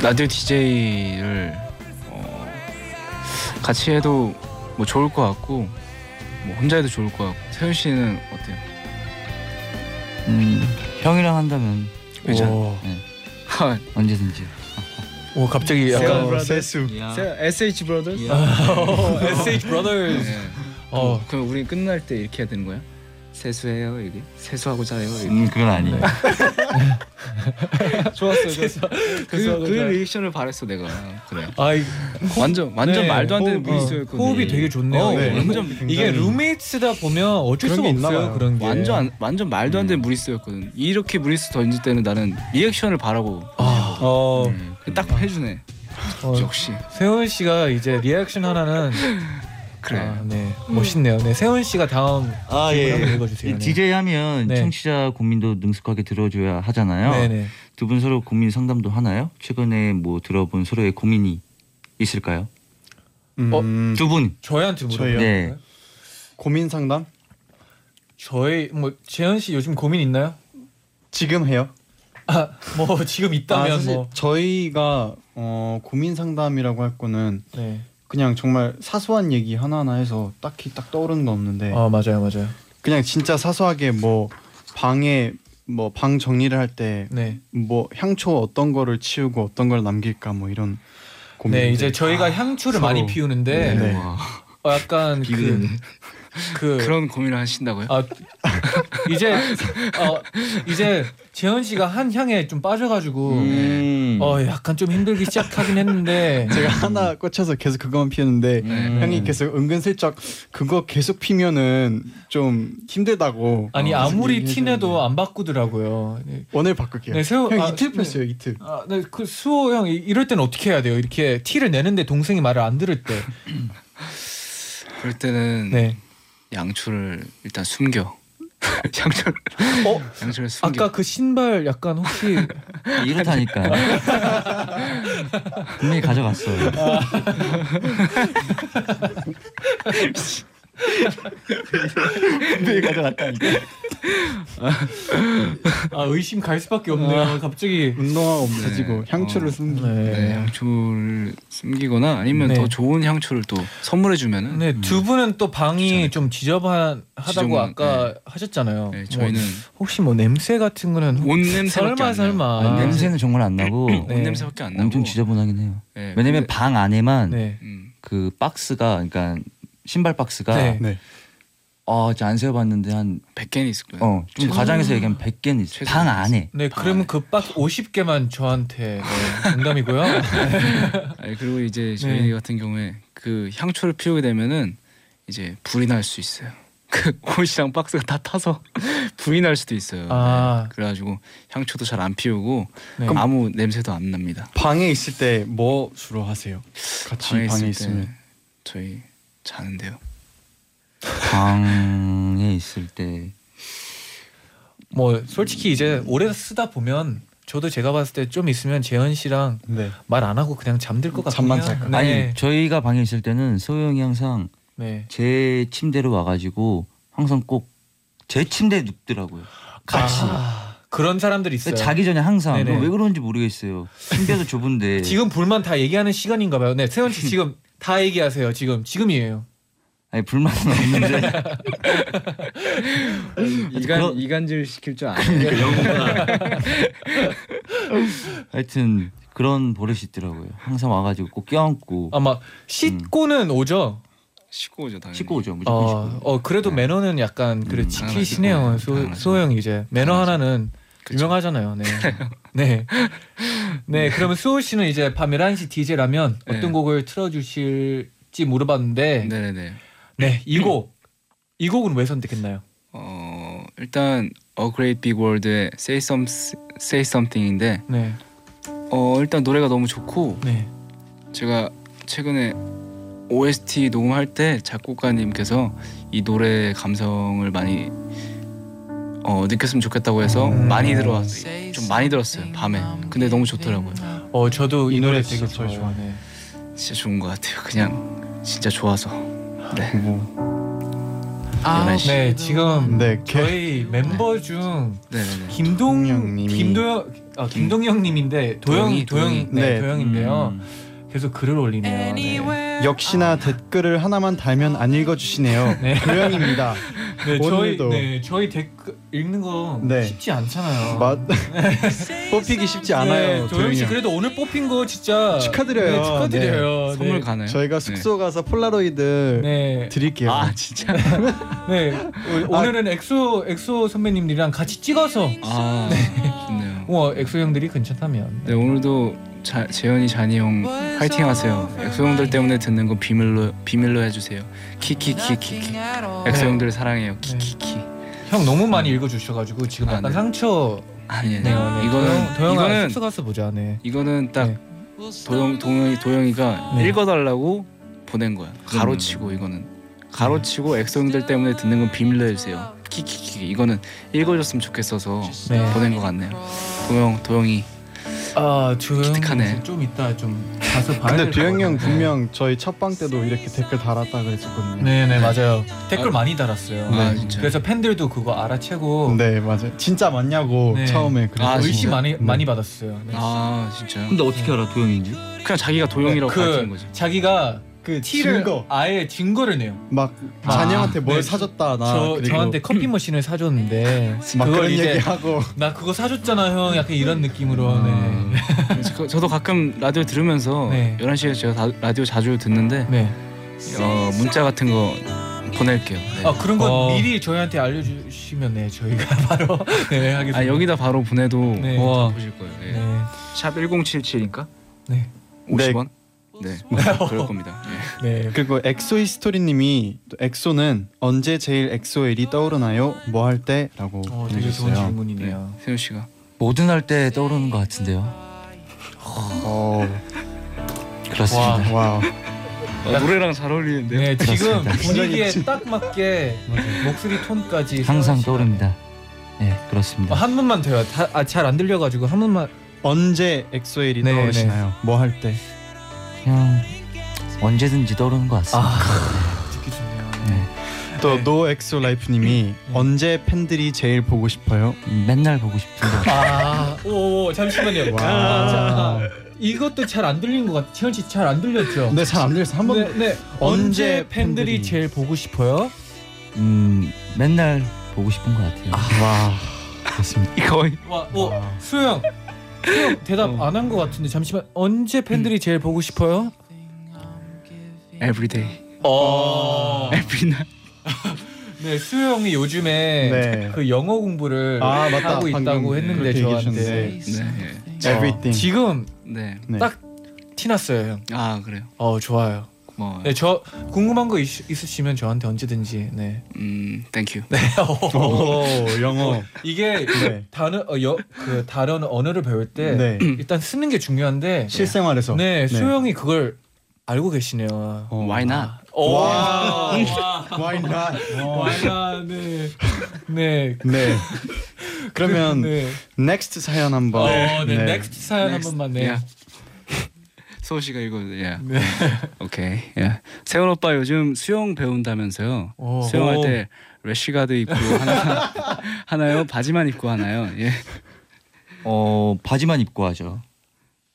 Speaker 6: 라디오 DJ를 어, 같이 해도 뭐 좋을 것 같고 뭐 혼자 해도 좋을 것 같고 세윤 씨는 어때요?
Speaker 7: 음, 형이랑 한다면
Speaker 6: 그죠?
Speaker 2: 오.
Speaker 6: 하,
Speaker 7: 언제든지.
Speaker 3: 오 갑자기
Speaker 2: 약간
Speaker 3: 약간 어,
Speaker 2: 세수.
Speaker 9: SH 브라더스?
Speaker 3: SH Brothers
Speaker 6: 네.
Speaker 3: 어
Speaker 6: 그럼 우리 끝날 때 이렇게 해야 되는 거야? 세수해요 이게 세수하고 자요 이게
Speaker 7: 음, 그건 아니에요.
Speaker 6: 좋았어요 좋았어
Speaker 9: 그래서
Speaker 6: 그, 그
Speaker 9: 그냥-
Speaker 6: 리액션을 바랬어 내가 그래
Speaker 3: 아이
Speaker 6: 완전 완전
Speaker 3: 네,
Speaker 6: 말도 안 되는
Speaker 3: 호흡,
Speaker 6: 미니스였거든
Speaker 3: 어, 호흡이 되게 좋네요.
Speaker 6: 어,
Speaker 2: 네.
Speaker 6: 완전
Speaker 3: 이게 룸메이트다 보면 어쩔
Speaker 2: 그런
Speaker 3: 수가
Speaker 2: 게 있나
Speaker 3: 없어요
Speaker 2: 봐요.
Speaker 3: 그런 게
Speaker 6: 완전 안- 완전 말도
Speaker 3: 음.
Speaker 6: 안 되는 무리수였거든. 이렇게 무리수 던질 때는 나는 리액션을 바라고 예, 그
Speaker 3: 어,
Speaker 6: 음. 딱 해주네.
Speaker 3: 어
Speaker 6: 역시
Speaker 3: 세훈 씨가 이제 리액션 하나는
Speaker 6: 그래.
Speaker 3: 아, 네 멋있네요. 네 세훈 씨가 다음
Speaker 7: 아
Speaker 3: 질문
Speaker 7: 예.
Speaker 3: 한번 읽어주세요. 네.
Speaker 7: 이 DJ 하면
Speaker 3: 네.
Speaker 7: 청취자 고민도 능숙하게 들어줘야 하잖아요.
Speaker 3: 네네.
Speaker 7: 두 분 서로 고민 상담도 하나요? 최근에 뭐 들어본 서로의 고민이 있을까요?
Speaker 3: 어,
Speaker 2: 음,
Speaker 7: 두 분.
Speaker 3: 저희한테 물어보는
Speaker 2: 저희요?
Speaker 7: 네.
Speaker 3: 거예요?
Speaker 2: 고민 상담
Speaker 3: 저희 뭐 재현 씨 요즘 고민 있나요?
Speaker 2: 지금 해요?
Speaker 3: 뭐 지금 있다면
Speaker 2: 아, 사실
Speaker 3: 뭐.
Speaker 2: 저희가 어, 고민 상담이라고 할 거는
Speaker 3: 네.
Speaker 2: 그냥 정말 사소한 얘기 하나하나 해서 딱히 딱 떠오르는 거 없는데
Speaker 3: 아 맞아요 맞아요.
Speaker 2: 그냥 진짜 사소하게 뭐 방에 뭐 방 정리를 할 때 뭐
Speaker 3: 네.
Speaker 2: 향초 어떤 거를 치우고 어떤 걸 남길까 뭐 이런 고민.
Speaker 3: 네 이제 저희가 향초를
Speaker 2: 아, 서로.
Speaker 3: 많이 피우는데
Speaker 2: 네.
Speaker 7: 와,
Speaker 3: 어, 약간
Speaker 7: 비교되네.
Speaker 3: 그, 그
Speaker 6: 그런 고민을 하신다고요?
Speaker 3: 아 이제 어 이제 재현 씨가 한 향에 좀 빠져가지고
Speaker 7: 음.
Speaker 3: 어 약간 좀 힘들기 시작하긴 했는데
Speaker 2: 제가 하나 꽂혀서 계속 그것만 피우는데
Speaker 7: 음.
Speaker 2: 형이 계속 은근슬쩍 그거 계속 피면은 좀 힘들다고.
Speaker 3: 아니
Speaker 2: 계속
Speaker 3: 아무리
Speaker 2: 어, 얘기해주는데.
Speaker 3: 티내도 안 바꾸더라고요.
Speaker 2: 오늘 바꿀게요.
Speaker 3: 네, 세호-
Speaker 2: 형
Speaker 3: 아,
Speaker 2: 이틀
Speaker 3: 네.
Speaker 2: 폈어요 이틀.
Speaker 3: 아, 네, 그 수호 형 이- 이럴 땐 어떻게 해야 돼요? 이렇게 티를 내는데 동생이 말을 안 들을 때.
Speaker 6: 그럴 때는
Speaker 3: 네.
Speaker 6: 양초를 일단 숨겨. 양초를
Speaker 3: 어?
Speaker 6: 양초를 숨겨.
Speaker 3: 아까 그 신발 약간 혹시
Speaker 7: 이렇다니까. 분명히 가져갔어요.
Speaker 2: 네.
Speaker 7: 분명히 가져갔다니까.
Speaker 3: 아 의심 갈 수밖에 없네요. 갑자기.
Speaker 2: 운동화 없어지고 향초를 쓴. 네.
Speaker 6: 네,
Speaker 3: 네.
Speaker 6: 양초를 숨기거나 아니면
Speaker 3: 네.
Speaker 6: 더 좋은 향초를 또 선물해주면은
Speaker 3: 네, 두 분은 또 방이 좀 지저분하다고
Speaker 6: 지저분,
Speaker 3: 아까 하셨잖아요.
Speaker 6: 네, 저희는
Speaker 3: 뭐, 혹시 뭐 냄새 같은 거는 혹-
Speaker 6: 온 냄새밖에
Speaker 3: 뭐, 설마
Speaker 6: 안 나요.
Speaker 3: 설마.
Speaker 7: 아니, 냄새는 정말 안 나고
Speaker 3: 네.
Speaker 6: 온 냄새밖에 안 나고.
Speaker 7: 엄청 지저분하긴 해요.
Speaker 6: 네,
Speaker 7: 왜냐면
Speaker 6: 근데-
Speaker 7: 방 안에만
Speaker 3: 네.
Speaker 6: 음.
Speaker 7: 그 박스가 그러니까 신발 박스가
Speaker 3: 네.
Speaker 7: 아 진짜 안 세어봤는데 한
Speaker 6: 100개는 있을 거예요.
Speaker 7: 어, 좀 과장해서 얘기하면 100개는 있어요.
Speaker 6: 네. 최소
Speaker 7: 방 안에.
Speaker 3: 네, 그러면 그박 50개만 저한테 네, 농담이고요.
Speaker 6: 아니, 예, 그리고 이제 저희
Speaker 3: 네.
Speaker 6: 같은 경우에 그 향초를 피우게 되면은 이제 불이 날 수 있어요. 그 옷이랑 박스가 다 타서 불이 날 수도 있어요.
Speaker 3: 아.
Speaker 6: 네. 그래가지고 향초도 잘 안 피우고
Speaker 3: 네.
Speaker 6: 아무 냄새도 안 납니다.
Speaker 2: 방에 있을 때 뭐 주로 하세요? 같이 방에,
Speaker 6: 방에 있을
Speaker 2: 있으면.
Speaker 6: 때 저희 자는데요.
Speaker 7: 방에 있을 때
Speaker 3: 뭐 솔직히 이제 오래 쓰다 보면 저도 제가 봤을 때 좀 있으면 재현 씨랑
Speaker 2: 네.
Speaker 3: 말 안 하고 그냥 잠들 것 같아요.
Speaker 2: 잠만 잘
Speaker 3: 네.
Speaker 7: 아니 저희가 방에 있을 때는 소영이 항상
Speaker 3: 네.
Speaker 7: 제 침대로 와가지고 항상 꼭 제 침대에 눕더라고요. 같이.
Speaker 3: 아, 그런 사람들이 있어요.
Speaker 7: 근데 자기 전에 항상
Speaker 3: 네네.
Speaker 7: 왜 그런지 모르겠어요. 침대도 좁은데
Speaker 3: 지금 불만 다 얘기하는 시간인가 봐요. 네, 세원 씨 지금 다 얘기하세요. 지금 지금이에요.
Speaker 7: 아니 불만은 없는데
Speaker 6: 이간
Speaker 7: 그런-
Speaker 6: 이간질 시킬 줄 아는 네.
Speaker 7: 하여튼 그런 버릇이 있더라고요. 항상 와가지고 꼭 껴안고
Speaker 3: 아마 씻고는 오죠.
Speaker 6: 씻고 오죠 당연히.
Speaker 7: 씻고 오죠. 무조건
Speaker 3: 어,
Speaker 7: 씻고.
Speaker 3: 어 그래도 매너는 약간 그래
Speaker 7: 음,
Speaker 3: 지키시네요.
Speaker 6: 당연하죠.
Speaker 3: 소
Speaker 6: 당연하죠.
Speaker 3: 소영 이제 매너
Speaker 6: 당연하죠.
Speaker 3: 하나는
Speaker 6: 그쵸.
Speaker 3: 유명하잖아요. 네. 네. 네, 그러면 수호 씨는 이제 밤 11시 DJ라면
Speaker 6: 네.
Speaker 3: 어떤 곡을 틀어 주실지 물어봤는데 네,
Speaker 6: 네네네.
Speaker 3: 이 곡. 이 곡은 왜 선택했나요?
Speaker 6: 어 일단 A Great Big World의 Say Some Say Something인데
Speaker 3: 네.
Speaker 6: 어 일단 노래가 너무 좋고
Speaker 3: 네.
Speaker 6: 제가 최근에 OST 녹음할 때 작곡가님께서 이 노래 감성을 많이 어, 느꼈으면 좋겠다고 해서
Speaker 2: 음.
Speaker 6: 많이 들어왔어요. 좀 많이 들었어요. 밤에. 근데 너무 좋더라고요.
Speaker 3: 어 저도 이,
Speaker 2: 이
Speaker 3: 노래
Speaker 2: 노래
Speaker 3: 되게
Speaker 2: 진짜
Speaker 3: 좋아해요.
Speaker 2: 좋아요.
Speaker 3: 네.
Speaker 6: 진짜 좋은 것 같아요. 그냥 진짜 좋아서. 네.
Speaker 3: 네 지금
Speaker 2: 네, 개,
Speaker 3: 저희 멤버 중
Speaker 6: 네, 네, 네.
Speaker 3: 김동
Speaker 2: 동영님이- 음.
Speaker 3: 김도영 아 김동영님인데 도영이
Speaker 6: 도영이,
Speaker 3: 도영이
Speaker 6: 도영이.
Speaker 3: 네,
Speaker 2: 네.
Speaker 6: 음.
Speaker 3: 도영인데요. 계속 글을 올리네요. 네.
Speaker 2: 역시나 댓글을 하나만 달면 안 읽어주시네요.
Speaker 3: 네.
Speaker 2: 도영입니다.
Speaker 3: 네, 저희
Speaker 2: 오늘도.
Speaker 3: 네 저희 댓글 읽는 거
Speaker 2: 네.
Speaker 3: 쉽지 않잖아요.
Speaker 2: 맛 뽑히기 쉽지 않아요.
Speaker 3: 네, 도영
Speaker 2: 도영이
Speaker 3: 씨
Speaker 2: 형.
Speaker 3: 그래도 오늘 뽑힌 거 진짜
Speaker 2: 축하드려요.
Speaker 3: 네, 축하드려요. 네.
Speaker 6: 선물 가나요?
Speaker 2: 저희가 숙소 가서 폴라로이드
Speaker 3: 네.
Speaker 2: 드릴게요. 아.
Speaker 6: 아, 진짜.
Speaker 3: 네. 오- 오늘은 엑소 엑소 선배님들이랑 같이 찍어서
Speaker 6: 아,
Speaker 2: 네.
Speaker 6: 좋네요.
Speaker 3: 우와 엑소 형들이 괜찮다면.
Speaker 6: 네 오늘도 자, 재현이 잔이 형 파이팅 하세요. 엑소 형들 때문에 듣는 건 비밀로 비밀로 해주세요. 키키키키키. 엑소 형들 사랑해요.
Speaker 3: 네.
Speaker 6: 키키키.
Speaker 3: 형 너무 많이 읽어 주셔 가지고 지금
Speaker 6: 아,
Speaker 3: 약간
Speaker 6: 네.
Speaker 3: 상처
Speaker 6: 아니 아니.
Speaker 3: 네요. 네.
Speaker 6: 예. 이거는
Speaker 3: 도영, 도영아
Speaker 6: 이거는
Speaker 3: 숙소 가서 보자. 네.
Speaker 6: 이거는 딱
Speaker 3: 네.
Speaker 6: 도영 동영이 도영이가
Speaker 3: 네.
Speaker 6: 읽어달라고 보낸 거야. 가로치고 이거는
Speaker 3: 네.
Speaker 6: 가로치고 엑소 형들 때문에 듣는 건 비밀로 해주세요. 키키키. 이거는 읽어줬으면 좋겠어서
Speaker 3: 네.
Speaker 6: 보낸 것 같네요. 도영 도영이
Speaker 3: 아, 조용.
Speaker 6: 기특하네.
Speaker 3: 좀 이따 좀 가서 봐야
Speaker 2: 근데
Speaker 3: 될것
Speaker 2: 도영이 형
Speaker 3: 같아요.
Speaker 2: 분명 저희 첫 방 때도 이렇게 댓글 달았다 그랬었거든요.
Speaker 3: 네, 네, 맞아요. 댓글 많이 달았어요.
Speaker 6: 아, 진짜.
Speaker 3: 그래서 팬들도 그거 알아채고
Speaker 2: 네 맞아요. 진짜 맞냐고
Speaker 3: 네.
Speaker 2: 처음에 그래서
Speaker 6: 아,
Speaker 3: 의심
Speaker 6: 진짜?
Speaker 3: 많이
Speaker 2: 네.
Speaker 3: 많이 받았어요. 네.
Speaker 6: 아 진짜요?
Speaker 7: 근데 어떻게 알아 도영인지?
Speaker 6: 그냥 자기가 도영이라고
Speaker 3: 그
Speaker 6: 밝히는 거지.
Speaker 3: 자기가
Speaker 2: 그
Speaker 3: 티를
Speaker 2: 증거
Speaker 3: 아예 증거를 내요.
Speaker 2: 막
Speaker 3: 아,
Speaker 2: 잔영한테 뭘
Speaker 3: 네.
Speaker 2: 사줬다
Speaker 3: 저
Speaker 2: 나 아, 그리고 음.
Speaker 3: 저한테 커피 머신을 사줬는데
Speaker 2: 막
Speaker 3: 그걸
Speaker 2: 그런
Speaker 3: 이제
Speaker 2: 얘기하고
Speaker 3: 나 그거 사줬잖아 형 약간 이런 느낌으로 네.
Speaker 6: 그, 저- 저도 가끔 라디오 들으면서
Speaker 3: 네.
Speaker 6: 11시에 제가 다- 라디오 자주 듣는데
Speaker 3: 네.
Speaker 6: 어, 문자 같은 거 보낼게요. 네.
Speaker 3: 아 그런 건
Speaker 7: 어.
Speaker 3: 미리 저희한테 알려주시면 네 저희가 바로 네 하겠습니다.
Speaker 6: 아, 여기다 바로 보내도
Speaker 3: 네.
Speaker 6: 다
Speaker 3: 우와.
Speaker 6: 보실 거예요. 네.
Speaker 3: 네.
Speaker 6: 샵 1077인가?
Speaker 3: 네.
Speaker 6: 50원? 네. 그럴 겁니다. 네.
Speaker 3: 네.
Speaker 2: 그리고 엑소 히스토리님이 또 엑소는 언제 제일 엑소일이 떠오르나요? 뭐 할 때라고
Speaker 3: 어 되게 좋은
Speaker 2: 보내주셨어요.
Speaker 3: 질문이네요.
Speaker 6: 세윤 씨가
Speaker 7: 뭐든 할 때 떠오르는 것 같은데요.
Speaker 2: 어,
Speaker 7: 그렇습니다.
Speaker 2: 와우.
Speaker 6: 어, 노래랑 잘 어울리는데요.
Speaker 3: 네 지금
Speaker 7: 그렇습니다.
Speaker 3: 분위기에 딱 맞게 목소리 톤까지
Speaker 7: 항상
Speaker 3: 세워주시네요.
Speaker 7: 떠오릅니다. 예,
Speaker 3: 아,
Speaker 7: 그렇습니다.
Speaker 3: 한 번만 돼요. 아, 잘 안 들려가지고 한 번만.
Speaker 2: 언제 엑소일이
Speaker 3: 네,
Speaker 2: 떠오르시나요? 뭐 할 때?
Speaker 7: 그냥 언제든지 떠오르는 것 같습니다.
Speaker 3: 아. 듣기 좋네요.
Speaker 2: 또
Speaker 3: 네.
Speaker 2: 노 엑소 라이프님이 언제 팬들이 제일 보고 싶어요?
Speaker 7: 맨날 보고 싶은데
Speaker 3: 아, 오, 오 잠시만요.
Speaker 2: 와.
Speaker 3: 아, 자, 아, 이것도 잘 안 들린 것 같아. 채연 씨 잘 안 들렸죠?
Speaker 2: 근데 잘안 들려서 한번
Speaker 3: 네, 네. 언제 팬들이 제일 보고 싶어요?
Speaker 7: 음, 맨날 보고 싶은 것 같아요.
Speaker 2: 와 그렇습니다.
Speaker 6: 거의
Speaker 3: 와, 오,
Speaker 2: 아.
Speaker 3: 수영. 수영 대답
Speaker 2: 어.
Speaker 3: 안 한 것 같은데 잠시만. 언제 팬들이 제일 보고 싶어요?
Speaker 6: everyday,
Speaker 3: 어.
Speaker 6: every night.
Speaker 3: 네, 수영이 요즘에
Speaker 2: 네.
Speaker 3: 그 영어 공부를
Speaker 2: 아 맞다
Speaker 3: 하고 있다고
Speaker 2: 방금
Speaker 3: 했는데
Speaker 2: 그렇게
Speaker 3: 저한테
Speaker 2: 얘기해주셨는데.
Speaker 6: 네.
Speaker 3: 저
Speaker 2: Everything.
Speaker 3: 지금
Speaker 6: 네.
Speaker 2: 네.
Speaker 3: 딱 티났어요, 형.
Speaker 6: 아, 그래요.
Speaker 3: 어, 좋아요.
Speaker 6: 고마워요.
Speaker 3: 네, 저 궁금한 거 있, 있으시면 저한테 언제든지. 네.
Speaker 6: 음, 땡큐.
Speaker 2: 어. 오 영어.
Speaker 3: 이게
Speaker 2: 네.
Speaker 3: 단어 어, 여, 그 다른 언어를 배울 때
Speaker 2: 네.
Speaker 3: 일단 쓰는 게 중요한데
Speaker 2: 실생활에서.
Speaker 3: 네, 수영이 그걸 알고 계시네요.
Speaker 2: 어.
Speaker 6: Why not?
Speaker 2: 와.
Speaker 3: 와.
Speaker 2: Why not? 어.
Speaker 3: 와야 네. 네.
Speaker 2: 네. 그러면
Speaker 3: 네.
Speaker 2: 넥스트 사연 한번.
Speaker 7: 뭐,
Speaker 3: 어, 네. 넥스트 사연 한
Speaker 6: Next.
Speaker 3: 번만 네.
Speaker 6: Yeah. 소호 씨가 이거 예.
Speaker 3: 네.
Speaker 6: 오케이. 예. 세훈 오빠 요즘 수영 배운다면서요.
Speaker 3: 오.
Speaker 6: 수영할
Speaker 3: 오.
Speaker 6: 때 래시가드 입고 하나, 하나요? 바지만 입고 하나요? 예.
Speaker 7: 어, 바지만 입고 하죠.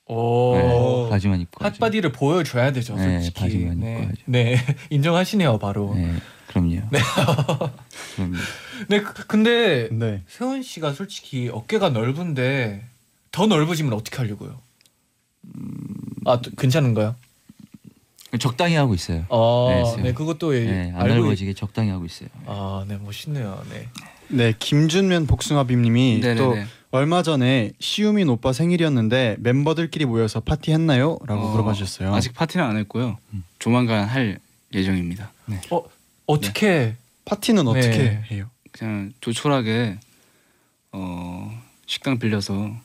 Speaker 3: 오.
Speaker 7: 네, 바지만 입고
Speaker 3: 어.
Speaker 7: 하죠.
Speaker 3: 핫바디를 보여 줘야 되죠,
Speaker 7: 네,
Speaker 3: 솔직히.
Speaker 7: 바지만 입고
Speaker 3: 네.
Speaker 7: 하죠.
Speaker 3: 네. 인정하시네요, 바로. 네.
Speaker 7: 네, 그럼요. 그럼요.
Speaker 3: 그- 근데
Speaker 2: 네.
Speaker 3: 세훈 씨가 솔직히 어깨가 넓은데 더 넓어지면 어떻게 하려고요? 아 또, 괜찮은가요?
Speaker 7: 적당히 하고 있어요. 네,
Speaker 3: 아,
Speaker 7: 세훈.
Speaker 3: 네, 그것도 예,
Speaker 7: 네, 안
Speaker 3: 알고
Speaker 7: 넓어지게 적당히 하고 있어요.
Speaker 3: 아, 네 멋있네요. 네.
Speaker 2: 네, 김준면 복숭아빔님이
Speaker 6: 네네네.
Speaker 2: 또 얼마 전에 시우민 오빠 생일이었는데 멤버들끼리 모여서 파티했나요?라고
Speaker 6: 어,
Speaker 2: 물어봐 주셨어요. 음.
Speaker 6: 아직 파티는 안 했고요. 조만간 할 예정입니다.
Speaker 2: 네.
Speaker 3: 어 어떻게
Speaker 2: 파티는
Speaker 3: 네.
Speaker 2: 어떻게 해요?
Speaker 6: 그냥 조촐하게 어 식당 빌려서
Speaker 2: 네.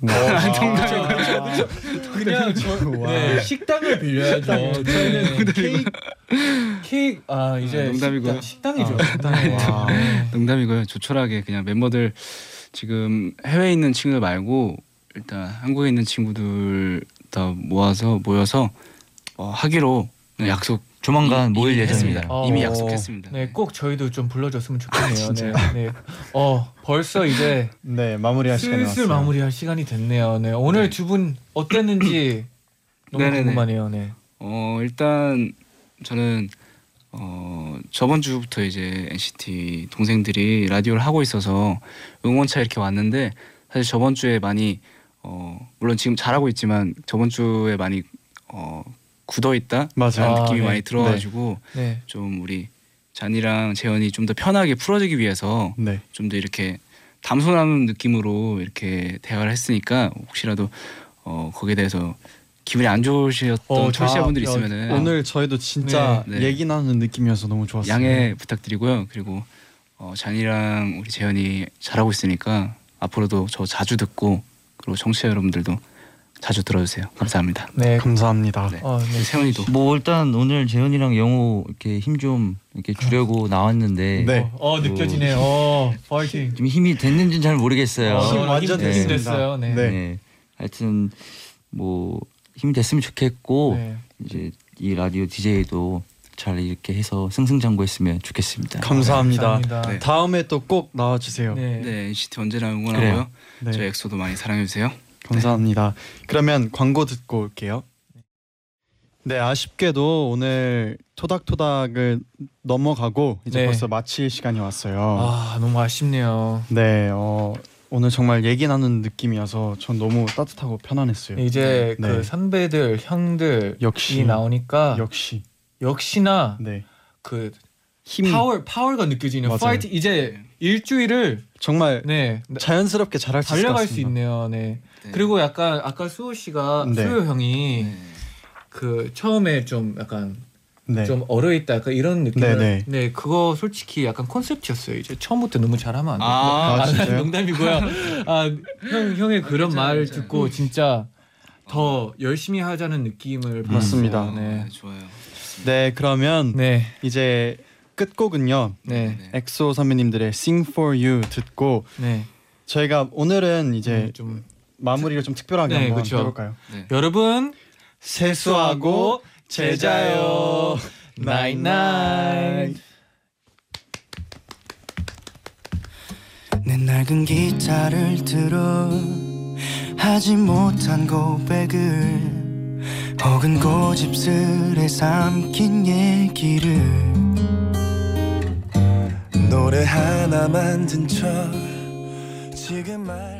Speaker 3: 네.
Speaker 2: 어,
Speaker 3: 아,
Speaker 2: 그렇죠,
Speaker 3: 그냥 저 네, 식당을 빌려야죠. 네. 저희는 케이크 케이크 아 이제
Speaker 6: 아, 농담이고요.
Speaker 3: 식당, 식당이죠.
Speaker 2: 와.
Speaker 6: 농담이고요. 조촐하게 그냥 멤버들 지금 해외에 있는 친구들 말고 일단 한국에 있는 친구들 다 모아서 모여서 어, 하기로
Speaker 2: 네.
Speaker 6: 그냥 약속
Speaker 7: 조만간 모일
Speaker 6: 이미
Speaker 7: 예정입니다.
Speaker 6: 했습니다. 이미
Speaker 3: 어.
Speaker 6: 약속했습니다. 아,
Speaker 3: 네, 꼭 저희도 좀 불러줬으면 좋겠네요.
Speaker 6: 진짜요?
Speaker 3: 네, 네. 어, 벌써 이제
Speaker 2: 네 마무리할 시간이
Speaker 3: 슬슬
Speaker 2: 왔어요.
Speaker 3: 마무리할 시간이 됐네요. 네, 오늘 두 분 어땠는지 너무
Speaker 6: 네네네.
Speaker 3: 궁금하네요. 네.
Speaker 6: 어 일단 저는 어 저번 주부터 이제 NCT 동생들이 라디오를 하고 있어서 응원차 이렇게 왔는데 사실 저번 주에 많이 어 물론 지금 잘하고 있지만 저번 주에 많이 어 굳어 있다
Speaker 2: 맞아요.
Speaker 6: 그런
Speaker 3: 아,
Speaker 6: 느낌이
Speaker 3: 네.
Speaker 6: 많이 들어가지고
Speaker 3: 네.
Speaker 6: 좀 우리 잔이랑 재현이 좀 더 편하게 풀어지기 위해서
Speaker 2: 네.
Speaker 6: 좀 더 이렇게 담소나는 느낌으로 이렇게 대화를 했으니까 혹시라도 어 거기에 대해서 기분이 안 좋으셨던
Speaker 3: 어,
Speaker 6: 청취자분들
Speaker 2: 아,
Speaker 6: 있으면은
Speaker 2: 오늘 저희도 진짜
Speaker 6: 네, 네.
Speaker 2: 얘기 나누는 느낌이어서 너무 좋았어요.
Speaker 6: 양해 부탁드리고요. 그리고 어, 잔이랑 우리 재현이 잘하고 있으니까 앞으로도 저 자주 듣고 그리고 청취자 여러분들도 자주 들어주세요. 감사합니다.
Speaker 3: 네.
Speaker 2: 감사합니다.
Speaker 6: 네.
Speaker 3: 어, 네.
Speaker 6: 세훈이도
Speaker 7: 뭐 일단 오늘 재현이랑 영호 이렇게 힘 좀 이렇게 주려고 나왔는데
Speaker 2: 네.
Speaker 3: 어, 어, 느껴지네요. 어, 파이팅.
Speaker 7: 좀 힘이 됐는지는 잘
Speaker 6: 네.
Speaker 7: 모르겠어요.
Speaker 3: 어,
Speaker 2: 힘 완전
Speaker 3: 힘
Speaker 7: 됐습니다.
Speaker 3: 됐어요. 네.
Speaker 7: 네.
Speaker 2: 네.
Speaker 7: 하여튼 뭐 힘이 됐으면 좋겠고
Speaker 3: 네.
Speaker 7: 이제 이 라디오 DJ도 잘 이렇게 해서 승승장구했으면 좋겠습니다.
Speaker 2: 감사합니다.
Speaker 3: 감사합니다.
Speaker 2: 다음에 또 꼭 나와주세요.
Speaker 3: 네.
Speaker 6: 네 NCT 언제나 응원하고요.
Speaker 7: 그래요.
Speaker 2: 네.
Speaker 6: 저희 엑소도 많이 사랑해 주세요.
Speaker 2: 감사합니다. 그러면 광고 듣고 올게요. 네, 아쉽게도 오늘 토닥토닥을 넘어가고 이제
Speaker 3: 네.
Speaker 2: 벌써 마칠 시간이 왔어요.
Speaker 3: 아, 너무 아쉽네요.
Speaker 2: 네, 어, 오늘 정말 얘기 나누는 느낌이어서 전 너무 따뜻하고 편안했어요.
Speaker 3: 이제
Speaker 2: 네.
Speaker 3: 그 선배들, 형들
Speaker 2: 역시
Speaker 3: 이
Speaker 2: 아.
Speaker 3: 나오니까
Speaker 2: 역시
Speaker 3: 역시나
Speaker 2: 네
Speaker 3: 그
Speaker 2: 힘이
Speaker 3: 파워 파워가 느껴지네요.
Speaker 2: 맞아요.
Speaker 3: 파이트 이제 일주일을
Speaker 2: 정말
Speaker 3: 네 나-
Speaker 2: 자연스럽게 잘할 수 있을 것
Speaker 3: 달려갈 수
Speaker 2: 같습니다.
Speaker 3: 있네요. 네.
Speaker 6: 네.
Speaker 3: 그리고 약간 아까 수호 씨가
Speaker 2: 네.
Speaker 3: 수호 형이
Speaker 6: 네.
Speaker 3: 그 처음에 좀 약간
Speaker 2: 네.
Speaker 3: 좀 얼어 있다 약간 이런 느낌을
Speaker 2: 네, 네.
Speaker 3: 네 그거 솔직히 약간 컨셉트였어요. 이제 처음부터 너무 잘하면 안 돼.
Speaker 6: 아,
Speaker 2: 아, 진짜요?
Speaker 3: 농담이고요. 아형 형의 그런
Speaker 6: 괜찮아요,
Speaker 3: 말
Speaker 6: 괜찮아요.
Speaker 3: 듣고 진짜 더 열심히 하자는 느낌을
Speaker 2: 음. 맞습니다.
Speaker 3: 받았어요.
Speaker 6: 네,
Speaker 3: 네.
Speaker 6: 좋아요.
Speaker 2: 네, 그러면
Speaker 3: 네.
Speaker 2: 이제 끝곡은요.
Speaker 3: 네.
Speaker 6: 네.
Speaker 2: 엑소 선배님들의 Sing for You 듣고
Speaker 3: 네.
Speaker 2: 저희가 오늘은 이제
Speaker 3: 좀
Speaker 2: 마무리를 좀 특별하게
Speaker 3: 네,
Speaker 2: 한번
Speaker 3: 그쵸.
Speaker 2: 해볼까요?
Speaker 6: 네.
Speaker 3: 여러분
Speaker 2: 세수하고 제자요.
Speaker 3: 나잇나잇.
Speaker 5: 내 낡은 기타를 들어 하지 못한 고백을 혹은 고집스레 삼킨 얘기를 노래 하나 만든 척 지금 말